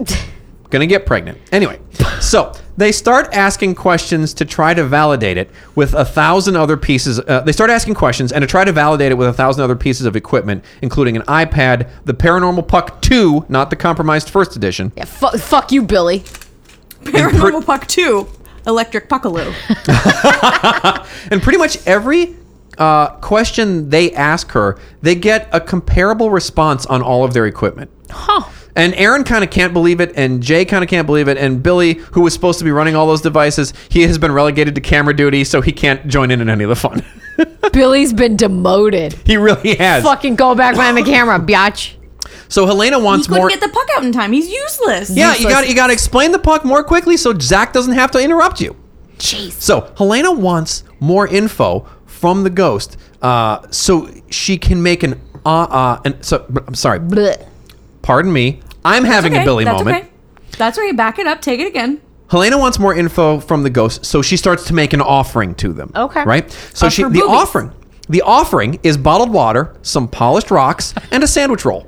Speaker 3: gonna get pregnant anyway. So they start asking questions to try to validate it with a thousand other pieces. Uh, they start asking questions and to try to validate it with a thousand other pieces of equipment, including an iPad, the Paranormal Puck Two, not the compromised first edition,
Speaker 4: Yeah, fu- fuck you, Billy.
Speaker 5: Paranormal Puck 2, Electric Puckaloo.
Speaker 3: and pretty much every. Uh, question they ask her, they get a comparable response on all of their equipment.
Speaker 4: Huh.
Speaker 3: And Aaron kind of can't believe it, and Jay kind of can't believe it, and Billy, who was supposed to be running all those devices, he has been relegated to camera duty, so he can't join in in any of the fun.
Speaker 4: Billy's been demoted.
Speaker 3: he really has.
Speaker 4: Fucking go back behind the camera, biatch.
Speaker 3: So Helena
Speaker 5: He
Speaker 3: wants
Speaker 5: couldn't
Speaker 3: more.
Speaker 5: get the puck out in time. He's useless.
Speaker 3: yeah, you got you got to explain the puck more quickly so Zach doesn't have to interrupt you.
Speaker 4: Jeez.
Speaker 3: So Helena wants more info from the ghost, uh, so she can make an uh uh. And so I'm sorry.
Speaker 4: Blech.
Speaker 3: Pardon me. I'm having a
Speaker 5: Okay,
Speaker 3: Billy
Speaker 5: that's
Speaker 3: moment.
Speaker 5: Okay. That's right. Back it up. Take it again.
Speaker 3: Helena wants more info from the ghost, so she starts to make an offering to them.
Speaker 4: Okay.
Speaker 3: Right? So
Speaker 5: Of
Speaker 3: she
Speaker 5: her
Speaker 3: the
Speaker 5: Oh, boobies.
Speaker 3: offering. The offering is bottled water, some polished rocks, and a sandwich roll.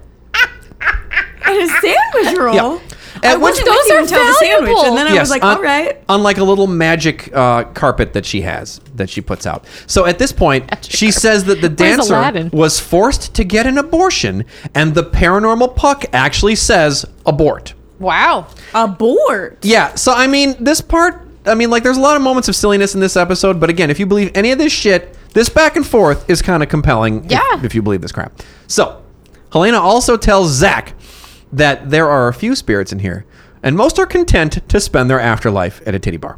Speaker 5: And a sandwich roll.
Speaker 3: Yeah.
Speaker 5: I
Speaker 3: At which
Speaker 5: wasn't
Speaker 4: those
Speaker 5: with you
Speaker 4: are
Speaker 5: until the sandwich,
Speaker 4: valuable.
Speaker 5: and then I was like,
Speaker 3: on-
Speaker 5: all right.
Speaker 3: On like a little magic uh, carpet that she has that she puts out. So at this point, she says that the
Speaker 4: Where's
Speaker 3: dancer
Speaker 4: Aladdin?
Speaker 3: was forced to get an abortion, and the paranormal puck actually says abort.
Speaker 4: Wow.
Speaker 3: uh,
Speaker 5: Abort.
Speaker 3: Yeah, so I mean, this part, I mean, like, there's a lot of moments of silliness in this episode, but again, if you believe any of this shit, this back and forth is kind of compelling. if-
Speaker 4: Yeah.
Speaker 3: If, you believe this crap. So, Helena also tells Zach that there are a few spirits in here, and most are content to spend their afterlife at a titty bar.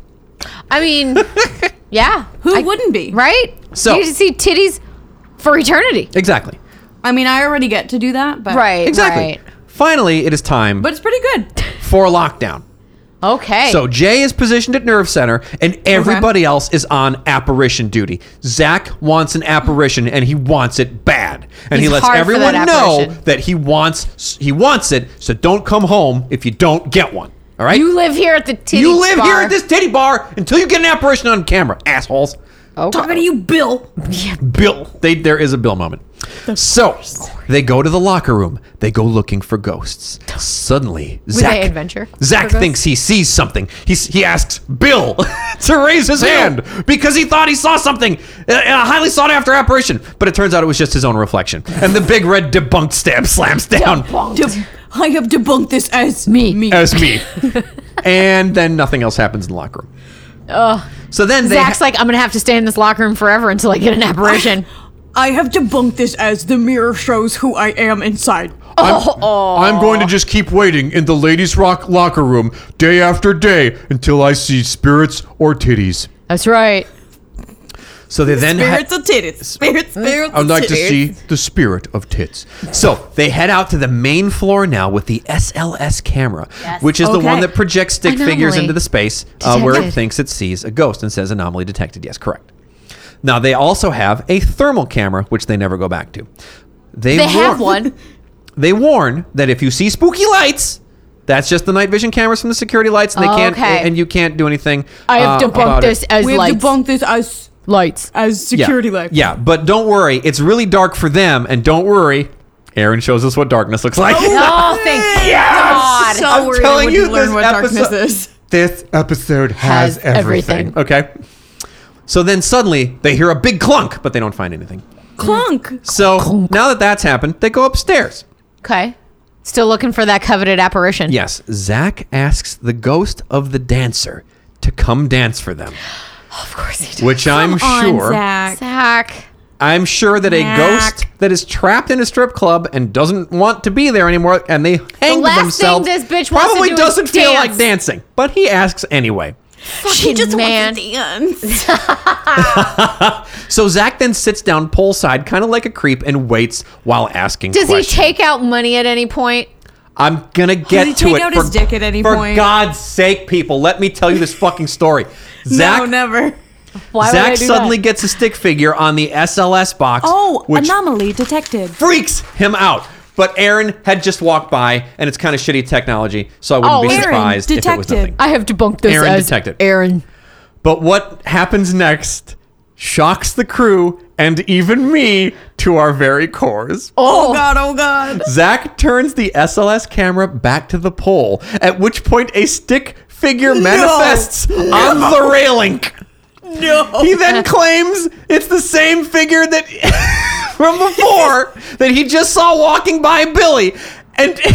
Speaker 4: I mean, yeah.
Speaker 5: Who
Speaker 4: I-
Speaker 5: wouldn't be?
Speaker 4: Right?
Speaker 3: So-
Speaker 4: you just see titties for eternity.
Speaker 3: Exactly.
Speaker 5: I mean, I already get to do that, but
Speaker 4: Right.
Speaker 3: Exactly.
Speaker 4: Right.
Speaker 3: Finally, it is time
Speaker 5: But it's pretty good.
Speaker 3: for lockdown.
Speaker 4: Okay.
Speaker 3: So Jay is positioned at nerve center, and everybody else is on apparition duty. Zach wants an apparition, and he wants it bad, and he
Speaker 4: He's
Speaker 3: lets
Speaker 4: hard for
Speaker 3: everyone
Speaker 4: that
Speaker 3: know
Speaker 4: apparition.
Speaker 3: that he wants he wants it. So don't come home if you don't get one. All right,
Speaker 4: you live here at the titty
Speaker 3: You live here
Speaker 4: bar.
Speaker 3: at this titty bar until you get an apparition on camera, assholes.
Speaker 4: Okay.
Speaker 5: Talking to you, Bill.
Speaker 3: Bill, they, there is a Bill moment. So they go to the locker room. They go looking for ghosts. Suddenly, Zach
Speaker 4: they adventure for
Speaker 3: Zach
Speaker 4: ghosts?
Speaker 3: thinks he sees something. He s- he asks Bill to raise his hand because he thought he saw something, a, a highly sought after apparition. But it turns out it was just his own reflection. And the big red debunked stab slams down
Speaker 5: De- I have debunked this as
Speaker 4: Me.
Speaker 5: me.
Speaker 3: as me. and then nothing else happens in the locker room. so then they
Speaker 4: Zach's like, I'm going to have to stay in this locker room forever until I get an apparition.
Speaker 5: I have debunked this as the mirror shows who I am inside.
Speaker 1: I'm, I'm going to just keep waiting in the ladies' rock locker room day after day until I see spirits or titties.
Speaker 4: That's right.
Speaker 3: so they then ha-
Speaker 5: Spirits of titties. Spirits,
Speaker 3: Mm-hmm.
Speaker 5: spirits.
Speaker 1: I'd
Speaker 5: of
Speaker 1: like to
Speaker 5: titties.
Speaker 1: see the spirit of tits.
Speaker 3: So they head out to the main floor now with the SLS camera, which is the
Speaker 5: Okay.
Speaker 3: one that projects stick
Speaker 4: Anomaly
Speaker 3: figures into the space uh, where it
Speaker 4: detected.
Speaker 3: thinks it sees a ghost and says anomaly detected. Yes, correct. Now they also have a thermal camera, which they never go back to. They,
Speaker 4: They
Speaker 3: warn,
Speaker 4: have one.
Speaker 3: They warn that if you see spooky lights, that's just the night vision cameras from the security lights, and they can't
Speaker 4: Okay.
Speaker 3: and you can't do anything.
Speaker 4: I have
Speaker 3: uh,
Speaker 4: debunked
Speaker 3: about it.
Speaker 4: this as
Speaker 5: We have
Speaker 4: lights.
Speaker 5: debunked this as
Speaker 4: lights.
Speaker 5: as
Speaker 3: Yeah.
Speaker 5: security lights.
Speaker 3: Yeah, but don't worry, it's really dark for them, and don't worry, Aaron shows us what darkness looks like.
Speaker 4: Oh, thank God.
Speaker 5: So
Speaker 3: I'm
Speaker 5: worried I
Speaker 3: telling you
Speaker 5: wouldn't learn
Speaker 3: this
Speaker 5: what darkness
Speaker 3: episode-
Speaker 5: is.
Speaker 1: This episode
Speaker 4: has everything.
Speaker 3: Okay. So then suddenly they hear a big clunk, but they don't find anything.
Speaker 5: Clunk.
Speaker 3: So now that that's happened, they go upstairs.
Speaker 4: Okay. Still looking for that coveted apparition.
Speaker 3: Yes, Zach asks the ghost of the dancer to come dance for them,
Speaker 4: Of course he did.
Speaker 3: which I'm sure.
Speaker 5: Zach.
Speaker 4: Zach.
Speaker 3: I'm sure that a
Speaker 5: Zach.
Speaker 3: ghost that is trapped in a strip club and doesn't want to be there anymore, and they hang
Speaker 4: last thing
Speaker 3: themselves,
Speaker 4: this bitch wants to
Speaker 3: probably
Speaker 4: do is
Speaker 3: doesn't feel
Speaker 4: dance.
Speaker 3: like dancing, but he asks anyway.
Speaker 5: She just
Speaker 4: man.
Speaker 5: wants to dance.
Speaker 3: So Zach then sits down poolside, kind of like a creep, and waits while asking.
Speaker 4: Does he
Speaker 3: questions.
Speaker 4: take out money at any point?
Speaker 3: I'm gonna get
Speaker 5: he
Speaker 3: to
Speaker 5: take
Speaker 3: it.
Speaker 5: out his dick at any
Speaker 3: for
Speaker 5: point?
Speaker 3: God's sake, people, let me tell you this fucking story.
Speaker 5: no,
Speaker 3: Zach,
Speaker 5: never.
Speaker 4: Why would I
Speaker 3: Zach
Speaker 4: do
Speaker 3: suddenly
Speaker 4: that?
Speaker 3: gets a stick figure on the SLS box,
Speaker 5: Oh,
Speaker 3: which
Speaker 5: anomaly detected.
Speaker 3: freaks him out. But Aaron had just walked by, and it's kind of shitty technology, so I wouldn't
Speaker 4: Oh,
Speaker 3: be
Speaker 4: Aaron
Speaker 3: surprised if it was
Speaker 5: detected.
Speaker 3: nothing.
Speaker 4: I have debunked this
Speaker 3: Aaron
Speaker 4: as
Speaker 3: detected.
Speaker 4: Aaron.
Speaker 3: But what happens next shocks the crew and even me to our very cores.
Speaker 5: Oh god, oh god.
Speaker 3: Zach turns the SLS camera back to the pole, at which point a stick figure manifests on the railing. No. He then claims it's the same figure that from before that he just saw walking by Billy. And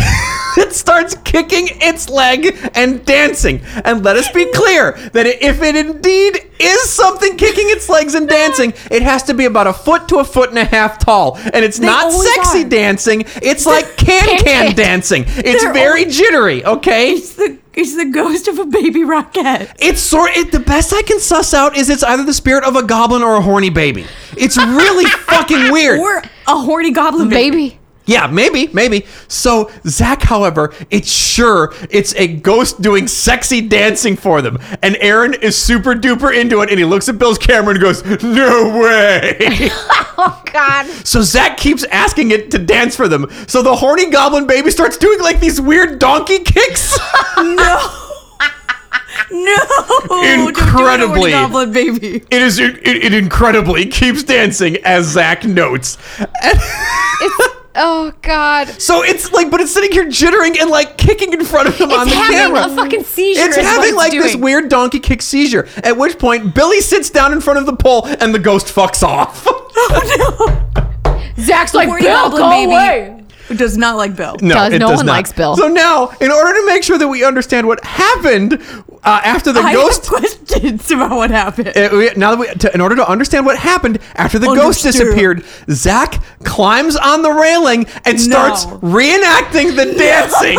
Speaker 3: it starts kicking its leg and dancing. And let us be clear that if it indeed is something kicking its legs and dancing, it has to be about a foot to a foot and a half tall. And it's not
Speaker 5: always
Speaker 3: sexy
Speaker 5: are.
Speaker 3: dancing, it's like can can
Speaker 4: Can-can.
Speaker 3: dancing. It's
Speaker 5: They're
Speaker 3: very jittery, okay?
Speaker 5: It's the it's the ghost of a baby rocket.
Speaker 3: It's sort. It, the best I can suss out is it's either the spirit of a goblin or a horny baby. It's really fucking weird.
Speaker 5: Or a horny goblin baby.
Speaker 4: Baby.
Speaker 3: yeah, maybe, maybe. So Zach, however, it's sure it's a ghost doing sexy dancing for them, and Aaron is super duper into it, and he looks at Bill's camera and goes, "No way."
Speaker 4: Oh God.
Speaker 3: so Zach keeps asking it to dance for them. So the horny goblin baby starts doing like these weird donkey kicks.
Speaker 5: No. Don't
Speaker 3: Incredibly.
Speaker 5: do it, horny goblin baby.
Speaker 3: It is it, it incredibly keeps dancing as Zach notes. And
Speaker 4: Oh God.
Speaker 3: so it's like, but it's sitting here jittering and like kicking in front of him on
Speaker 4: It's
Speaker 3: the
Speaker 4: having
Speaker 3: camera.
Speaker 4: a fucking seizure.
Speaker 3: It's
Speaker 4: is what
Speaker 3: having like this
Speaker 4: doing.
Speaker 3: weird donkey kick seizure. At which point, Billy sits down in front of the pole and the ghost fucks off.
Speaker 4: Zach's like,
Speaker 5: Oh, Horny
Speaker 4: Bill,
Speaker 5: goblin
Speaker 4: go
Speaker 5: baby.
Speaker 4: away.
Speaker 5: Who does not like Bill.
Speaker 3: No,
Speaker 4: Does-
Speaker 3: it
Speaker 4: no
Speaker 3: does
Speaker 4: one
Speaker 3: not.
Speaker 4: likes Bill.
Speaker 3: So now, in order to make sure that we understand what happened uh, after the
Speaker 5: I
Speaker 3: ghost
Speaker 5: have questions about what happened.
Speaker 3: Uh, we- now that we, to, in order to understand what happened after
Speaker 4: Oh,
Speaker 3: the ghost
Speaker 5: Understood.
Speaker 3: disappeared, Zach climbs on the railing and starts reenacting the dancing.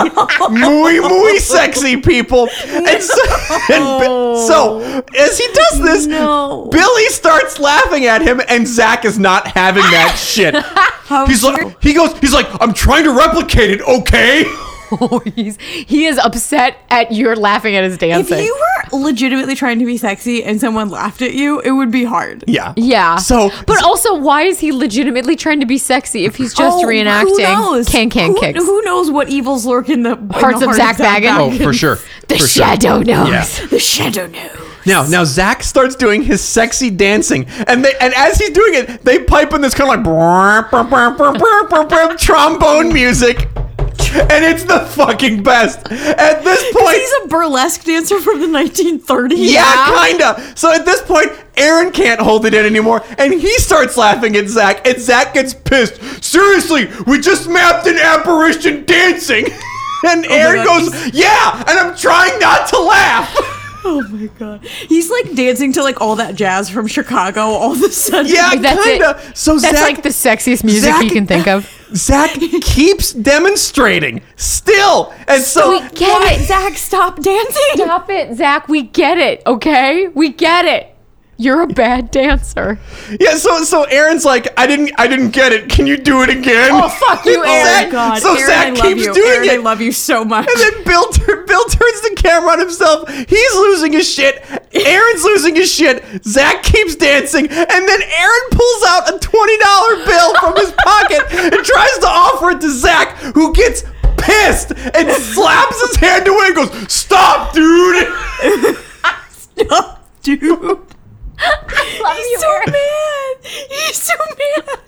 Speaker 3: muy, muy sexy people. And so, and Bi- so, as he does this,
Speaker 5: No.
Speaker 3: Billy starts laughing at him, and Zach is not having that shit. he's
Speaker 5: dare-
Speaker 3: like, "Oh, he goes, he's like, I'm trying to replicate it, okay?
Speaker 4: He's, he is upset at your laughing at his
Speaker 5: if
Speaker 4: dancing.
Speaker 5: you were legitimately trying to be sexy and someone laughed at you, it would be hard.
Speaker 3: Yeah.
Speaker 4: yeah.
Speaker 3: So,
Speaker 4: but also, why is he legitimately trying to be sexy if he's just
Speaker 5: Oh, Who
Speaker 4: reenacting
Speaker 5: knows?
Speaker 4: can can
Speaker 5: Who-
Speaker 4: kicks?
Speaker 5: Who knows what evils lurk in the in the
Speaker 4: Hearts of Zach Baggins.
Speaker 3: oh, for sure.
Speaker 4: the
Speaker 3: for sure.
Speaker 4: shadow knows.
Speaker 3: Yeah.
Speaker 5: The shadow knows.
Speaker 3: Now, now Zach starts doing his sexy dancing, and they and as he's doing it, they pipe in this kind of like brr, brr, brr, brr, brr, brr, brr, trombone music, and it's the fucking best. At this point,
Speaker 5: He's a burlesque dancer from the 1930s.
Speaker 3: yeah, kinda. So at this point, Aaron can't hold it in anymore, and he starts laughing at Zach, and Zach gets pissed. Seriously, we just mapped an apparition dancing, and Aaron
Speaker 5: Oh God,
Speaker 3: goes, "Yeah," and I'm trying not to laugh.
Speaker 5: Oh my god. He's like dancing to like all that jazz from Chicago all of a sudden.
Speaker 3: Yeah,
Speaker 4: Like, that's it.
Speaker 3: kinda. So
Speaker 4: That's
Speaker 3: Zach,
Speaker 4: like the sexiest music
Speaker 3: Zach-
Speaker 4: you can think of.
Speaker 3: Zach keeps demonstrating still, and so
Speaker 4: We get
Speaker 5: Why,
Speaker 4: it.
Speaker 5: Zach, stop dancing.
Speaker 4: Stop it, Zach. We get it. Okay, we get it. You're a bad dancer.
Speaker 3: yeah. So so Aaron's like, I didn't I didn't get it. Can you do it again?
Speaker 4: Oh, fuck you,
Speaker 3: And
Speaker 5: Oh my
Speaker 4: Aaron.
Speaker 3: Zach-
Speaker 5: god.
Speaker 3: So
Speaker 5: Aaron, I
Speaker 3: Zach
Speaker 5: love
Speaker 3: keeps
Speaker 5: you.
Speaker 3: doing
Speaker 5: Aaron,
Speaker 3: it.
Speaker 5: I love you so much.
Speaker 3: and then Bill, tur- Bill turns the camera on himself. He's losing his shit. Aaron's losing his shit. Zach keeps dancing. And then Aaron pulls out a $20 bill from his pocket and tries to offer it to Zach, who gets pissed and slaps his hand away and goes, Stop, dude!
Speaker 5: Dude. He's
Speaker 4: you,
Speaker 5: so
Speaker 4: Aaron.
Speaker 5: mad. He's so mad.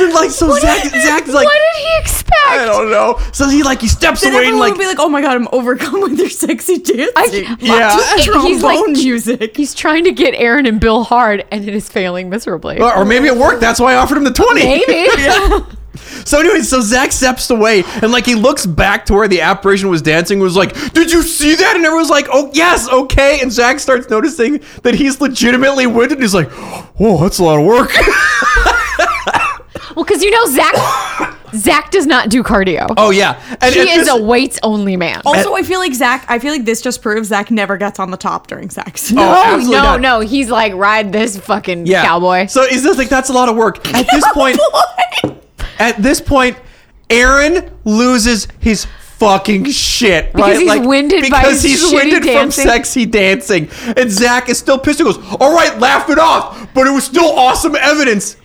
Speaker 3: And like, so Zach, Zach's like,
Speaker 4: what did he expect?
Speaker 3: I don't know. So he like, he steps
Speaker 5: Then
Speaker 3: away and
Speaker 5: everyone would
Speaker 3: like,
Speaker 5: be like, "Oh my god, I'm overcome with your sexy dancing."
Speaker 3: Yeah.
Speaker 4: He's
Speaker 5: trombone
Speaker 4: like-
Speaker 5: music.
Speaker 4: He's trying to get Aaron and Bill hard, and it is failing miserably.
Speaker 3: or or maybe it worked. That's why I offered him the 20.
Speaker 4: Maybe.
Speaker 3: So anyway, so Zach steps away and like he looks back to where the apparition was dancing, was like, Did you see that? And everyone's like, Oh yes, okay. And Zach starts noticing that he's legitimately winded. He's like, Whoa, that's a lot of work.
Speaker 4: Well, because you know Zach, Zach does not do cardio.
Speaker 3: oh yeah. And
Speaker 4: he
Speaker 3: at
Speaker 4: is
Speaker 3: this- Oh,
Speaker 4: a weights only man.
Speaker 5: Also, I feel like Zach. I feel like this just proves Zach never gets on the top during sex.
Speaker 3: Oh,
Speaker 4: no,
Speaker 3: absolutely
Speaker 4: no,
Speaker 3: not.
Speaker 4: no. He's like ride this fucking
Speaker 3: Yeah.
Speaker 4: cowboy.
Speaker 3: So he's just like, that's a lot of work. At this point, at this point, Aaron loses his fucking shit.
Speaker 4: Because
Speaker 3: right?
Speaker 4: he's winded by
Speaker 3: because
Speaker 4: his
Speaker 3: he's
Speaker 4: shitty
Speaker 3: winded
Speaker 4: dancing.
Speaker 3: from sexy dancing, and Zach is still pissed. He goes, "All right, laugh it off," but it was still awesome evidence.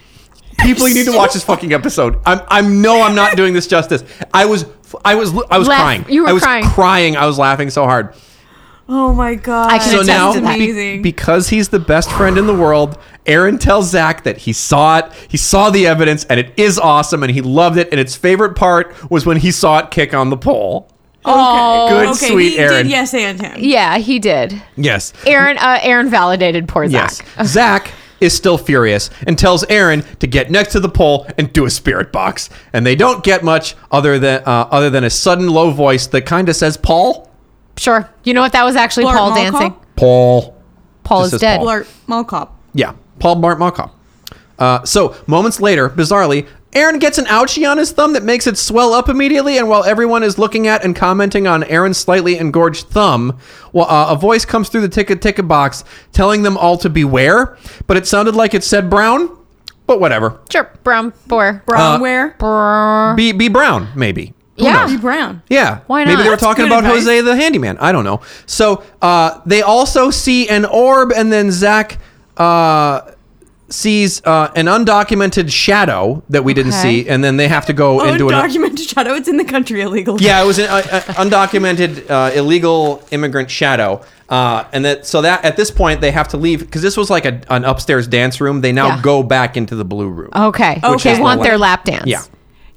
Speaker 3: People, you need to watch this fucking episode. I'm, I'm no, I'm not doing this justice. I was, I was, I was
Speaker 4: Laugh.
Speaker 3: crying.
Speaker 4: You were
Speaker 3: I was
Speaker 4: crying.
Speaker 3: crying. I was laughing so hard.
Speaker 5: Oh my god!
Speaker 4: I can
Speaker 3: So
Speaker 4: attest
Speaker 3: now,
Speaker 4: to
Speaker 5: That's
Speaker 4: that.
Speaker 3: be-
Speaker 5: amazing.
Speaker 3: because he's the best friend in the world, Aaron tells Zach that he saw it, he saw the evidence, and it is awesome, and he loved it. And his favorite part was when he saw it kick on the pole.
Speaker 4: Oh,
Speaker 3: Good,
Speaker 5: okay,
Speaker 3: sweet
Speaker 5: he
Speaker 3: Aaron.
Speaker 5: Did yes, and him.
Speaker 4: Yeah, he did.
Speaker 3: Yes.
Speaker 4: Aaron, uh, Aaron validated poor Zach. Uh,
Speaker 3: Yes. Zach is still furious and tells Aaron to get next to the pole and do a spirit box. And they don't get much other than uh, other than a sudden low voice that kind of says, "Paul,
Speaker 4: Sure. You know what? That was actually
Speaker 5: Blart
Speaker 4: Paul
Speaker 5: Mall
Speaker 4: dancing.
Speaker 5: Cop?
Speaker 3: Paul."
Speaker 4: Paul
Speaker 3: Just
Speaker 4: is
Speaker 3: says
Speaker 4: dead.
Speaker 3: Paul.
Speaker 5: Blart Mall Cop.
Speaker 3: Yeah, Paul Bart Malkoff. Uh, so moments later, bizarrely, Aaron gets an ouchie on his thumb that makes it swell up immediately. And while everyone is looking at and commenting on Aaron's slightly engorged thumb, well, uh, a voice comes through the ticket ticket box telling them all to beware. But it sounded like it said Brown, but whatever.
Speaker 4: Sure. Brown boar.
Speaker 5: Brown where?
Speaker 4: Brr.
Speaker 3: Be be Brown maybe. Who
Speaker 4: Yeah.
Speaker 3: knows?
Speaker 5: Be Brown.
Speaker 3: Yeah.
Speaker 4: Why
Speaker 3: Maybe
Speaker 4: not?
Speaker 3: they were
Speaker 4: That's
Speaker 3: talking
Speaker 5: good
Speaker 3: about
Speaker 5: advice.
Speaker 3: Jose the handyman. I don't know. So uh, they also see an orb, and then Zach uh, sees uh, an undocumented shadow that we didn't
Speaker 4: Okay.
Speaker 3: see, and then they have to go and do an.
Speaker 5: Undocumented shadow. It's in the country illegal.
Speaker 3: Yeah, it was an uh, uh, undocumented uh, illegal immigrant shadow, uh, and that so that at this point they have to leave because this was like a, an upstairs dance room. They now
Speaker 4: Yeah. Oh,
Speaker 3: go back into the blue room.
Speaker 4: Okay.
Speaker 5: Which
Speaker 4: They
Speaker 5: is the
Speaker 4: want
Speaker 5: one.
Speaker 4: their lap dance.
Speaker 3: Yeah.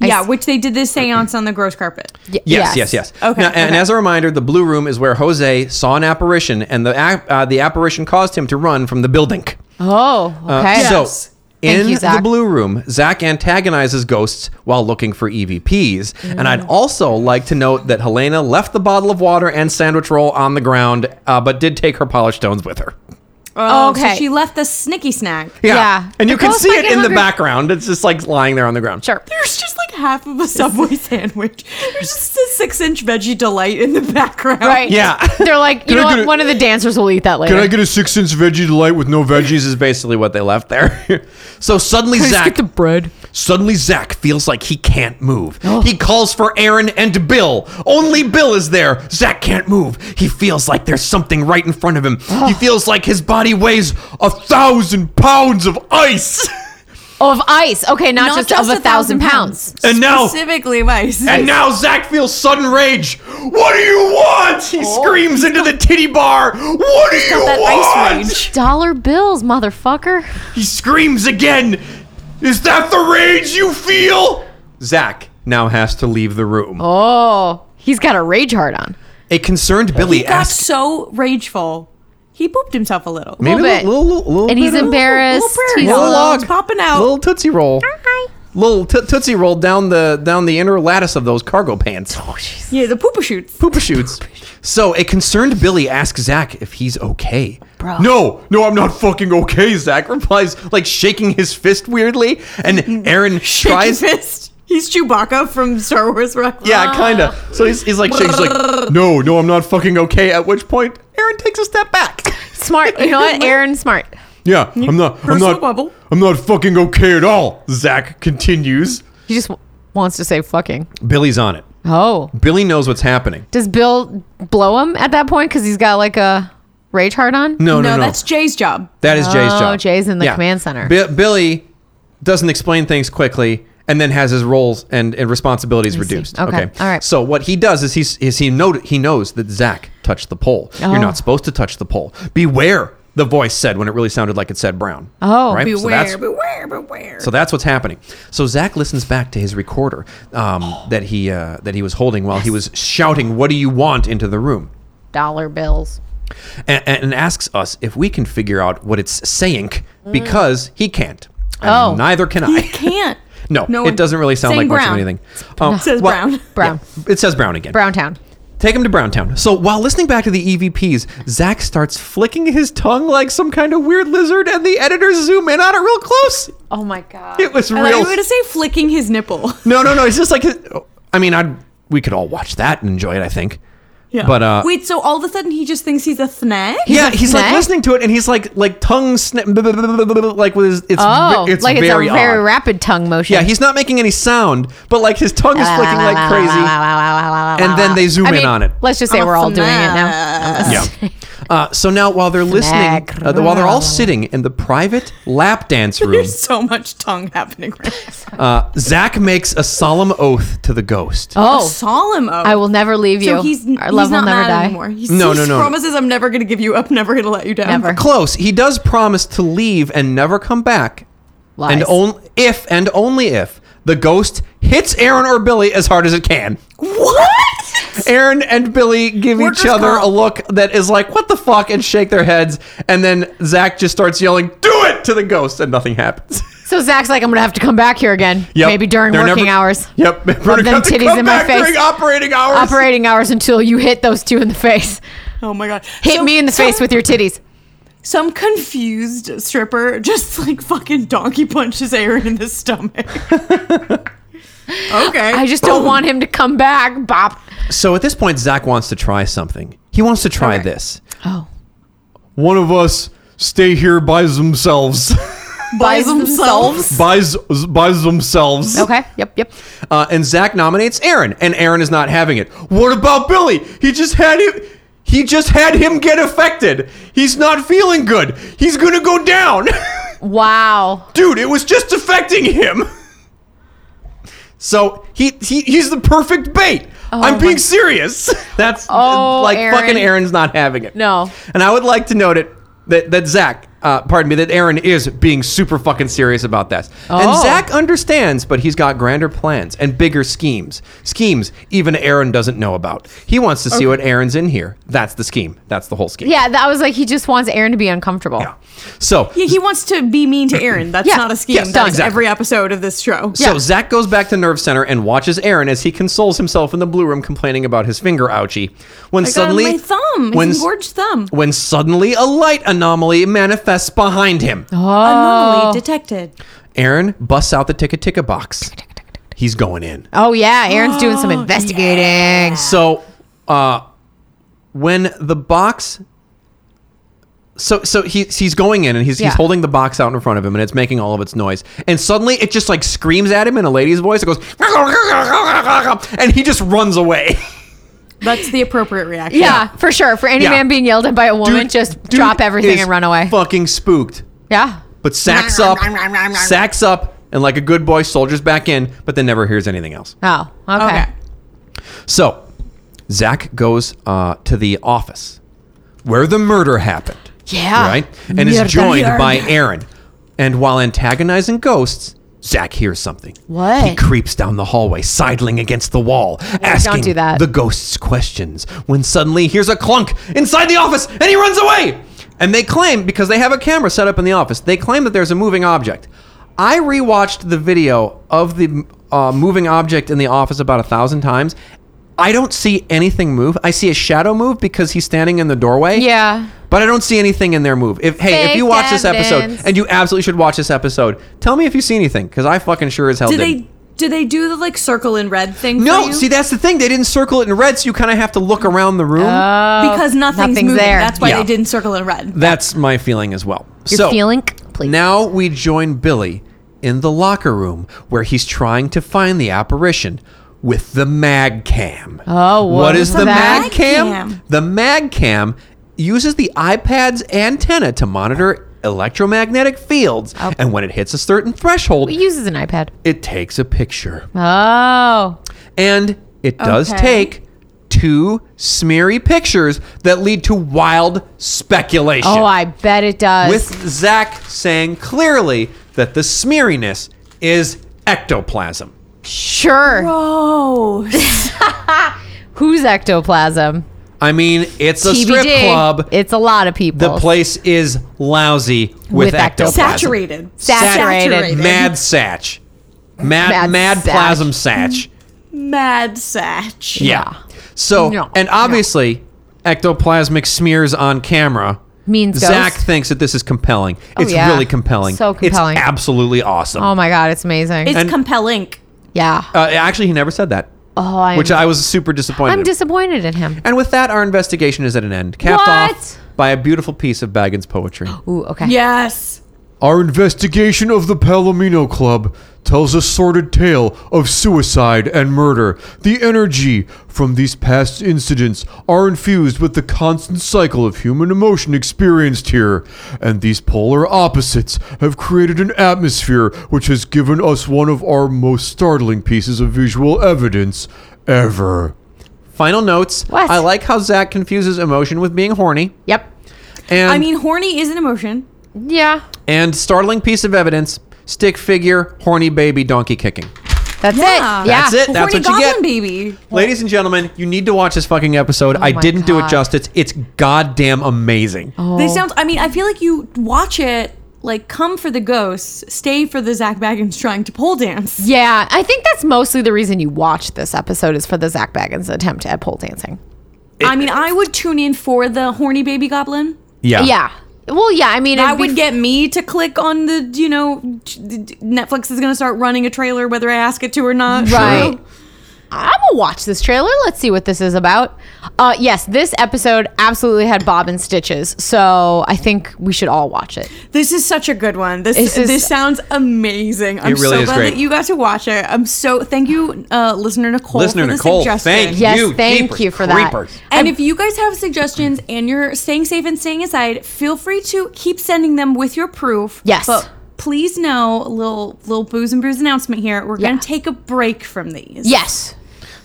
Speaker 5: Yeah,
Speaker 4: I-
Speaker 5: which they did this seance on the gross carpet.
Speaker 4: Y-
Speaker 3: Yes, yes, yes.
Speaker 5: Okay,
Speaker 3: Now, and
Speaker 5: okay.
Speaker 3: as a reminder, the blue room is where Jose saw an apparition, and the ap- uh, the apparition caused him to run from the building.
Speaker 4: Oh,
Speaker 3: Uh,
Speaker 4: okay.
Speaker 3: So.
Speaker 4: Thank
Speaker 3: In
Speaker 4: you,
Speaker 3: the
Speaker 4: Zach.
Speaker 3: blue room, Zach antagonizes ghosts while looking for EVPs. And
Speaker 4: Mm.
Speaker 3: I'd also like to note that Helena left the bottle of water and sandwich roll on the ground, uh, but did take her polished stones with her.
Speaker 5: Oh,
Speaker 4: Okay.
Speaker 5: So she left the snicky snack.
Speaker 4: Yeah.
Speaker 3: And you
Speaker 4: The
Speaker 3: can
Speaker 4: ghosts
Speaker 3: see
Speaker 4: might
Speaker 3: it
Speaker 4: get
Speaker 3: in the
Speaker 4: hungry.
Speaker 3: background. It's just like lying there on the ground.
Speaker 4: sure.
Speaker 5: There's just like half of a Subway sandwich. There's just a six inch veggie delight in the background.
Speaker 4: Right.
Speaker 3: Yeah.
Speaker 4: They're like, you
Speaker 1: I
Speaker 4: know
Speaker 1: get
Speaker 4: what?
Speaker 1: a-
Speaker 4: One of the dancers will eat that later.
Speaker 1: Can I get a six inch veggie delight with no veggies?
Speaker 3: Veggies is basically what they left there. so suddenly,
Speaker 4: Just
Speaker 3: Zach.
Speaker 4: get the bread?
Speaker 3: Suddenly, Zach feels like he can't move.
Speaker 5: Oh.
Speaker 3: He calls for Aaron and Bill. Only Bill is there. Zach can't move. He feels like there's something right in front of him.
Speaker 5: Oh.
Speaker 3: he feels like his body weighs a thousand pounds of ice.
Speaker 4: Oh, of ice. Okay, not, just, of a thousand, pounds.
Speaker 3: And now-
Speaker 5: Oh. specifically mice.
Speaker 3: and now Zach feels sudden rage. What do you want? He
Speaker 5: Oh.
Speaker 3: screams into the titty bar. What do you
Speaker 5: that ice
Speaker 3: want?
Speaker 5: rage.
Speaker 4: Dollar bills, motherfucker.
Speaker 3: He screams again. Is that the rage you feel? Zach now has to leave the room.
Speaker 4: Oh, he's got a rage heart on.
Speaker 3: A concerned Billy
Speaker 5: got
Speaker 3: asks
Speaker 5: so rageful. He pooped himself a little.
Speaker 3: Maybe
Speaker 4: Little
Speaker 3: little,
Speaker 4: bit.
Speaker 3: little, little, little
Speaker 4: And he's
Speaker 3: bit of-
Speaker 4: embarrassed.
Speaker 5: Little
Speaker 4: He's
Speaker 5: prayer.
Speaker 3: little
Speaker 5: Little
Speaker 4: alone.
Speaker 5: log. popping out.
Speaker 3: Little tootsie roll. Little to- tootsie roll down the down the inner lattice of those cargo pants. Oh, jeez.
Speaker 5: Yeah, the pooper shoots.
Speaker 3: Pooper shoots. So a concerned Billy asks Zach if he's okay.
Speaker 1: No, no, I'm not fucking
Speaker 3: Fucking okay, Zach replies, like shaking his fist weirdly, and Aaron
Speaker 5: Shaky
Speaker 3: tries.
Speaker 5: fist. He's Chewbacca from Star Wars. Rock.
Speaker 3: Yeah, kinda. So he's, he's like shaking, he's like, no, no, I'm not fucking okay. At which point, Aaron takes a step back.
Speaker 4: Smart. You know what? Aaron, smart.
Speaker 1: Yeah, I'm not. I'm
Speaker 5: personal
Speaker 1: not.
Speaker 5: bubble.
Speaker 1: I'm not fucking okay at all. Zach continues.
Speaker 4: He just w- wants to say fucking.
Speaker 3: Billy's on it.
Speaker 4: Oh.
Speaker 3: Billy knows what's happening.
Speaker 4: Does Bill blow him at that point because he's got like a rage heart on?
Speaker 3: No, no,
Speaker 5: No,
Speaker 3: no.
Speaker 5: that's Jay's job.
Speaker 3: That is Jay's
Speaker 4: Oh,
Speaker 3: job.
Speaker 4: Jay's in the command center.
Speaker 3: Bi- Billy doesn't explain things quickly and then has his roles and, and responsibilities reduced.
Speaker 4: Okay. All right.
Speaker 3: So what he does is he's is he know he knows that Zach touched the pole.
Speaker 4: Oh.
Speaker 3: You're not supposed to touch the pole. Beware, the voice said when it really sounded like it said Brown.
Speaker 4: Oh.
Speaker 3: right. So
Speaker 5: Beware,
Speaker 3: that's,
Speaker 5: beware, beware.
Speaker 3: so that's what's happening. So Zach listens back to his recorder um, that he uh, that he was holding while he was shouting, "What do you want?" into the room
Speaker 4: Dollar bills.
Speaker 3: and, and asks us if we can figure out what it's saying because he can't. And
Speaker 4: Oh.
Speaker 3: Neither can
Speaker 5: Mm. he
Speaker 3: I.
Speaker 5: can't.
Speaker 3: No,
Speaker 5: one-
Speaker 3: it doesn't really sound like
Speaker 5: Saying
Speaker 3: much of
Speaker 5: brown.
Speaker 3: anything. Um,
Speaker 5: Says
Speaker 3: well,
Speaker 5: brown.
Speaker 4: Brown.
Speaker 3: It says brown again.
Speaker 4: Brown Town.
Speaker 3: Take him to Browntown. So while listening back to the EVPs, Zach starts flicking his tongue like some kind of weird lizard, and the editors zoom in on it real close.
Speaker 4: Oh my God.
Speaker 3: It was
Speaker 5: I thought you
Speaker 3: real.
Speaker 5: were gonna say flicking his nipple.
Speaker 3: No, no, no. It's just like. I mean, I we could all watch that and enjoy it. I think.
Speaker 5: Yeah.
Speaker 3: But uh,
Speaker 5: wait, so all of a sudden he just thinks he's a snack?
Speaker 3: yeah, he's like
Speaker 4: "Snack?"
Speaker 3: listening to it, and he's like like tongue snip, like with his it's
Speaker 4: Oh,
Speaker 3: ve- it's
Speaker 4: like
Speaker 3: very
Speaker 4: it's a very
Speaker 3: odd.
Speaker 4: rapid tongue motion.
Speaker 3: Yeah, he's not making any sound, but like his tongue is flicking like crazy.
Speaker 4: and
Speaker 3: And then they zoom in on it.
Speaker 4: Let's just say
Speaker 5: I'm a
Speaker 4: we're all doing it now.
Speaker 5: snack.
Speaker 3: Yeah. Uh, so now, while they're listening,
Speaker 4: Snack.
Speaker 3: uh, while they're all sitting in the private lap dance room,
Speaker 5: There's so much tongue happening right now.
Speaker 3: uh, Zach makes a solemn oath to the ghost.
Speaker 5: A
Speaker 4: Oh,
Speaker 5: solemn oath.
Speaker 4: I will never leave you.
Speaker 5: So he's,
Speaker 4: Our
Speaker 5: he's
Speaker 4: love will
Speaker 5: not
Speaker 4: never
Speaker 5: mad
Speaker 4: die.
Speaker 5: anymore. He's,
Speaker 3: No,
Speaker 5: he
Speaker 3: no, no, no.
Speaker 5: promises I'm never going to give you up, never going to let you down.
Speaker 4: Never.
Speaker 3: Close. He does promise to leave and never come back,
Speaker 4: Lies.
Speaker 3: and only if and only if the ghost hits Aaron or Billy as hard as it can.
Speaker 5: What?
Speaker 3: Aaron and Billy give each
Speaker 5: Workers'
Speaker 3: other
Speaker 5: comp.
Speaker 3: a look that is like, what the fuck, and shake their heads. And then Zach just starts yelling, do it to the ghost, and nothing happens.
Speaker 4: so Zach's like, I'm gonna have to come back here again.
Speaker 3: Yep.
Speaker 4: Maybe during
Speaker 3: They're
Speaker 4: working
Speaker 3: never-
Speaker 4: hours.
Speaker 3: Yep. We're gonna
Speaker 4: them
Speaker 3: have to
Speaker 4: titties
Speaker 3: come
Speaker 4: in my
Speaker 3: back
Speaker 4: face.
Speaker 3: During operating hours.
Speaker 4: Operating hours until you hit those two in the face.
Speaker 5: Oh my god.
Speaker 4: Hit
Speaker 5: So
Speaker 4: me in the
Speaker 5: some-
Speaker 4: face with your titties.
Speaker 5: Some confused stripper just like fucking donkey punches Aaron in the stomach. okay.
Speaker 4: I just don't want him to come back, Bop.
Speaker 3: So at this point, Zach wants to try something. He wants to try
Speaker 5: Okay.
Speaker 3: this.
Speaker 4: Oh.
Speaker 1: One of us stay here by themselves.
Speaker 5: buys
Speaker 1: by, z- by themselves.
Speaker 4: Okay. Yep. Yep.
Speaker 3: Uh, and Zach nominates Aaron, and Aaron is not having it. What about Billy? He just had him. He just had him get affected. He's not feeling good. He's gonna go down.
Speaker 4: Wow.
Speaker 3: dude it was just affecting him so he, he he's the perfect bait i'm being serious that's
Speaker 4: Oh,
Speaker 3: like
Speaker 4: Aaron.
Speaker 3: fucking aaron's not having it
Speaker 4: No.
Speaker 3: and i would like to note it that that zach uh, pardon me that aaron is being super fucking serious about this and
Speaker 4: Oh.
Speaker 3: zach understands but he's got grander plans and bigger schemes schemes even aaron doesn't know about he wants to see what aaron's in here that's the scheme that's the whole scheme
Speaker 4: Yeah, that was like he just wants Aaron to be uncomfortable.
Speaker 3: Yeah. so
Speaker 5: Yeah, he wants to be mean to Aaron. That's
Speaker 4: Yeah.
Speaker 5: not a scheme.
Speaker 3: Yes,
Speaker 5: That's
Speaker 3: exactly.
Speaker 5: every episode of this show.
Speaker 3: So Zach goes back to Nerve Center and watches Aaron as he consoles himself in the blue room, complaining about his finger ouchie. When
Speaker 5: I got
Speaker 3: suddenly,
Speaker 5: my thumb. It's
Speaker 3: when
Speaker 5: engorged thumb.
Speaker 3: when suddenly a light anomaly manifests behind him.
Speaker 5: Oh. Anomaly detected.
Speaker 3: Aaron busts out the ticka ticka box. He's going in.
Speaker 4: Oh yeah, Aaron's doing some investigating.
Speaker 3: So, uh, when the box, so so he he's going in and he's
Speaker 4: Yeah.
Speaker 3: he's holding the box out in front of him and it's making all of its noise and suddenly it just like screams at him in a lady's voice. It goes and he just runs away.
Speaker 5: That's the appropriate reaction.
Speaker 4: Yeah, for sure. For any
Speaker 3: Yeah.
Speaker 4: man being yelled at by a woman,
Speaker 3: Dude-
Speaker 4: just
Speaker 3: dude
Speaker 4: drop everything
Speaker 3: is
Speaker 4: and run away.
Speaker 3: Fucking spooked.
Speaker 4: yeah.
Speaker 3: But sacks up, sacks up, and like a good boy, soldiers back in, but then never hears anything else.
Speaker 4: Oh, okay.
Speaker 5: Okay.
Speaker 3: So, Zach goes uh, to the office where the murder happened.
Speaker 4: Yeah.
Speaker 3: Right? And
Speaker 4: Murder.
Speaker 3: is joined by Aaron. And while antagonizing ghosts, Zach hears something.
Speaker 4: What?
Speaker 3: He creeps down the hallway, sidling against the wall, asking
Speaker 4: do that.
Speaker 3: the ghost's questions. When suddenly hears a clunk inside the office and he runs away. And they claim, because they have a camera set up in the office, they claim that there's a moving object. I rewatched the video of the uh, moving object in the office about a thousand times. I don't see anything move. I see a shadow move because he's standing in the doorway.
Speaker 4: Yeah.
Speaker 3: But I don't see anything in their move. If hey, if
Speaker 4: Fake
Speaker 3: you watch this
Speaker 4: evidence.
Speaker 3: episode, and you absolutely should watch this episode, tell me if you see anything because I fucking sure as hell
Speaker 5: Do
Speaker 3: did.
Speaker 5: they do they do the like circle in red thing? for
Speaker 3: no,
Speaker 5: you?
Speaker 3: see that's the thing. They didn't circle it in red, so you kind of have to look around the room.
Speaker 5: because Oh, nothing's,
Speaker 4: Oh, nothing's
Speaker 5: moving.
Speaker 4: there.
Speaker 5: That's why
Speaker 3: Yeah.
Speaker 5: they didn't circle in red.
Speaker 3: that's my feeling as well.
Speaker 4: Your
Speaker 3: so
Speaker 4: feeling? Please.
Speaker 3: now we join Billy in the locker room where he's trying to find the apparition with the mag cam.
Speaker 4: Oh,
Speaker 3: what
Speaker 4: what
Speaker 3: is
Speaker 4: is
Speaker 3: the
Speaker 4: that?
Speaker 3: mag cam?
Speaker 5: Mag cam.
Speaker 3: The mag cam uses the iPad's antenna to monitor electromagnetic fields, and when it hits a certain threshold,
Speaker 4: He uses an iPad.
Speaker 3: it takes a picture.
Speaker 4: Oh.
Speaker 3: And it does
Speaker 5: Okay.
Speaker 3: take two smeary pictures that lead to wild speculation.
Speaker 4: Oh, I bet it does.
Speaker 3: With Zach saying clearly that the smeariness is ectoplasm.
Speaker 4: sure.
Speaker 5: Oh,
Speaker 4: Who's ectoplasm?
Speaker 3: I mean, it's a strip
Speaker 4: TBD.
Speaker 3: club.
Speaker 4: It's a lot of people.
Speaker 3: the place is lousy with,
Speaker 4: With
Speaker 3: ectoplasm.
Speaker 4: ectoplasm.
Speaker 5: saturated.
Speaker 4: Saturated.
Speaker 3: Mad satch. Mad,
Speaker 4: Mad
Speaker 3: mad
Speaker 4: satch.
Speaker 3: plasm satch.
Speaker 5: Mad satch.
Speaker 3: Yeah. So,
Speaker 4: No.
Speaker 3: and obviously, ectoplasmic smears on camera
Speaker 4: Means
Speaker 3: Zach
Speaker 4: ghost.
Speaker 3: thinks that this is compelling. it's
Speaker 4: yeah.
Speaker 3: really compelling.
Speaker 4: So compelling.
Speaker 3: It's absolutely awesome.
Speaker 4: Oh my god, it's amazing.
Speaker 5: It's
Speaker 3: And-
Speaker 5: compelling.
Speaker 4: yeah.
Speaker 3: uh, actually, he never said that.
Speaker 4: Oh, I'm,
Speaker 3: which I was super disappointed.
Speaker 4: I'm
Speaker 3: in.
Speaker 4: disappointed in him.
Speaker 3: and with that, our investigation is at an end, capped
Speaker 4: What?
Speaker 3: off by a beautiful piece of Baggins poetry.
Speaker 4: Ooh, okay.
Speaker 5: Yes.
Speaker 1: Our investigation of the Palomino Club tells a sordid tale of suicide and murder. The energy from these past incidents are infused with the constant cycle of human emotion experienced here, and these polar opposites have created an atmosphere which has given us one of our most startling pieces of visual evidence ever.
Speaker 3: Final notes.
Speaker 4: What?
Speaker 3: I like how Zach confuses emotion with being horny.
Speaker 4: Yep.
Speaker 3: And
Speaker 5: I mean, horny is an emotion.
Speaker 4: Yeah.
Speaker 3: and startling piece of evidence: stick figure, horny baby, donkey kicking.
Speaker 4: That's
Speaker 5: Yeah.
Speaker 4: it. Yeah.
Speaker 3: That's it. That's
Speaker 5: horny
Speaker 3: what you
Speaker 5: goblin
Speaker 3: get.
Speaker 5: baby.
Speaker 3: Ladies and gentlemen, you need to watch this fucking episode. I
Speaker 4: Oh my
Speaker 3: didn't do it
Speaker 4: God. Oh.
Speaker 3: justice. It's goddamn amazing.
Speaker 5: This sounds. I mean, I feel like you watch it. Like, come for the ghosts, stay for the Zach Baggins trying to pole dance.
Speaker 4: Yeah. I think that's mostly the reason you watched this episode is for the Zach Baggins attempt at pole dancing.
Speaker 5: I mean, I would tune in for the horny baby goblin.
Speaker 3: Yeah.
Speaker 4: Yeah. Well, yeah. I mean,
Speaker 5: That
Speaker 4: it'd be
Speaker 5: would get me to click on the, you know, Netflix is going to start running a trailer whether I ask it to or not.
Speaker 4: Right. I'm gonna watch this trailer. Let's see what this is about. Uh, yes, this episode absolutely had Bob and Stitches, so I think we should all watch it.
Speaker 5: This is such a good one. This
Speaker 4: This is-
Speaker 5: this sounds amazing. I'm
Speaker 3: It really
Speaker 5: so
Speaker 3: is
Speaker 5: glad
Speaker 3: great.
Speaker 5: that you got to watch it. I'm so thank you, uh, listener Nicole.
Speaker 3: Listener
Speaker 5: for the
Speaker 3: Nicole,
Speaker 5: suggestion.
Speaker 3: thank
Speaker 4: Yes,
Speaker 3: You
Speaker 4: thank
Speaker 3: jeepers
Speaker 4: you for
Speaker 3: creepers.
Speaker 4: that.
Speaker 5: And if you guys have suggestions and you're staying safe and staying inside, feel free to keep sending them with your proof.
Speaker 4: Yes.
Speaker 5: But please know, little little booze and brews announcement here. We're
Speaker 4: Yeah.
Speaker 5: gonna take a break from these.
Speaker 4: Yes,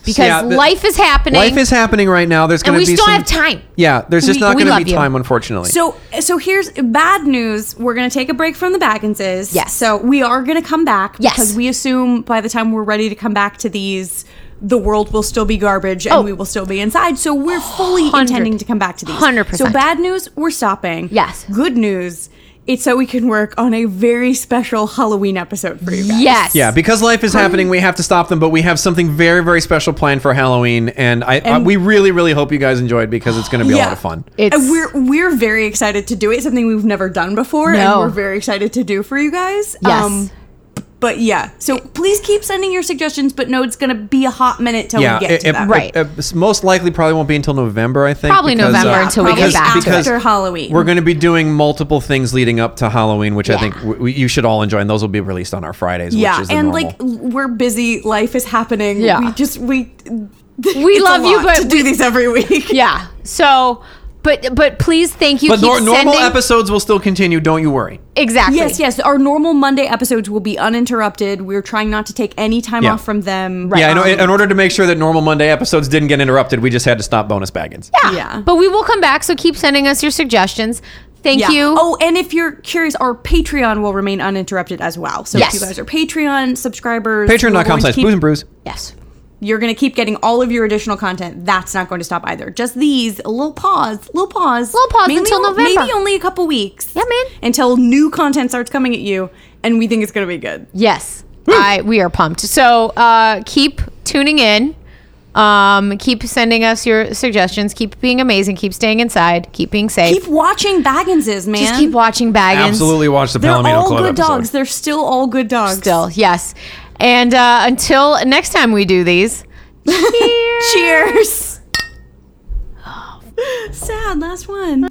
Speaker 4: because
Speaker 3: Yeah, the-
Speaker 4: life is happening.
Speaker 3: Life is happening right now. There's
Speaker 4: And
Speaker 3: going
Speaker 4: we
Speaker 3: to be
Speaker 4: still
Speaker 3: some-
Speaker 4: have time.
Speaker 3: Yeah, there's just
Speaker 4: We-
Speaker 3: not
Speaker 4: we
Speaker 3: going to
Speaker 4: love
Speaker 3: be
Speaker 4: you.
Speaker 3: time, unfortunately.
Speaker 5: So so here's bad news. We're gonna take a break from the Bagginses.
Speaker 4: Yes.
Speaker 5: So we are gonna come back
Speaker 4: Yes.
Speaker 5: because we assume by the time we're ready to come back to these, the world will still be garbage and
Speaker 4: Oh.
Speaker 5: we will still be inside. So we're fully
Speaker 4: Hundred.
Speaker 5: intending to come back to these.
Speaker 4: Hundred
Speaker 5: So
Speaker 4: percent.
Speaker 5: bad news, we're stopping.
Speaker 4: Yes.
Speaker 5: Good news, it's so we can work on a very special Halloween episode for you guys.
Speaker 4: yes.
Speaker 3: yeah, because life is happening, we have to stop them, but we have something very, very special planned for Halloween, and I, I
Speaker 5: And-
Speaker 3: we really, really hope you guys enjoyed because it's going to be a lot of fun.
Speaker 4: It's-
Speaker 5: And we're we're very excited to do it. Something we've never done before, and
Speaker 4: No.
Speaker 5: we're very excited to do for you guys. Um,
Speaker 4: Yes.
Speaker 5: but yeah, so please keep sending your suggestions. But no, it's gonna be a hot minute till
Speaker 3: yeah,
Speaker 5: we get to that.
Speaker 4: Right.
Speaker 3: it's most likely probably won't be until November, I think. uh,
Speaker 4: Probably November until we get
Speaker 5: Probably
Speaker 4: back to it.
Speaker 5: after Halloween.
Speaker 3: We're going to be doing multiple things leading up to Halloween, which I
Speaker 4: Yeah.
Speaker 3: think w- w- you should all enjoy, and those will be released on our Fridays.
Speaker 5: yeah,
Speaker 3: which is the
Speaker 5: and
Speaker 3: normal.
Speaker 5: like l- we're busy. Life is happening.
Speaker 4: Yeah.
Speaker 5: we just we we
Speaker 4: love you, but
Speaker 5: to do these every week.
Speaker 4: yeah. So, but but please, thank you.
Speaker 3: but
Speaker 4: Keep
Speaker 3: nor- normal
Speaker 4: sending-
Speaker 3: episodes will still continue. Don't you worry.
Speaker 4: Exactly.
Speaker 5: Yes, yes. Our normal Monday episodes will be uninterrupted. We're trying not to take any time
Speaker 3: Yeah.
Speaker 5: off from them.
Speaker 3: Yeah, I know. In
Speaker 5: Um,
Speaker 3: in order to make sure that normal Monday episodes didn't get interrupted, we just had to stop bonus baggins.
Speaker 4: Yeah.
Speaker 5: Yeah.
Speaker 4: But we will come back. So keep sending us your suggestions. Thank
Speaker 5: Yeah.
Speaker 4: you.
Speaker 5: Oh, and if you're curious, our Patreon will remain uninterrupted as well. So
Speaker 4: Yes.
Speaker 5: if you guys are Patreon subscribers, we're
Speaker 3: Patreon.com
Speaker 5: going to
Speaker 3: slash
Speaker 5: keep-
Speaker 3: booze and brews.
Speaker 4: yes.
Speaker 5: You're going to keep getting all of your additional content. That's not going to stop either. Just these a little pause, little pause,
Speaker 4: Little pause until November.
Speaker 5: Maybe only a couple weeks.
Speaker 4: Yeah, man.
Speaker 5: Until new content starts coming at you, and we think it's going to be good.
Speaker 4: Yes. I we are pumped. So uh, keep tuning in. Um, keep sending us your suggestions. Keep being amazing. Keep staying inside. Keep being safe.
Speaker 5: Keep watching Bagginses, man.
Speaker 4: Just keep watching Baggins.
Speaker 3: Absolutely watch the
Speaker 5: They're
Speaker 3: Palomino
Speaker 5: all
Speaker 3: Club
Speaker 5: good
Speaker 3: episode.
Speaker 5: dogs. They're still all good dogs.
Speaker 4: Still, yes. And uh, until next time we do these, cheers.
Speaker 5: Cheers. Sad last one.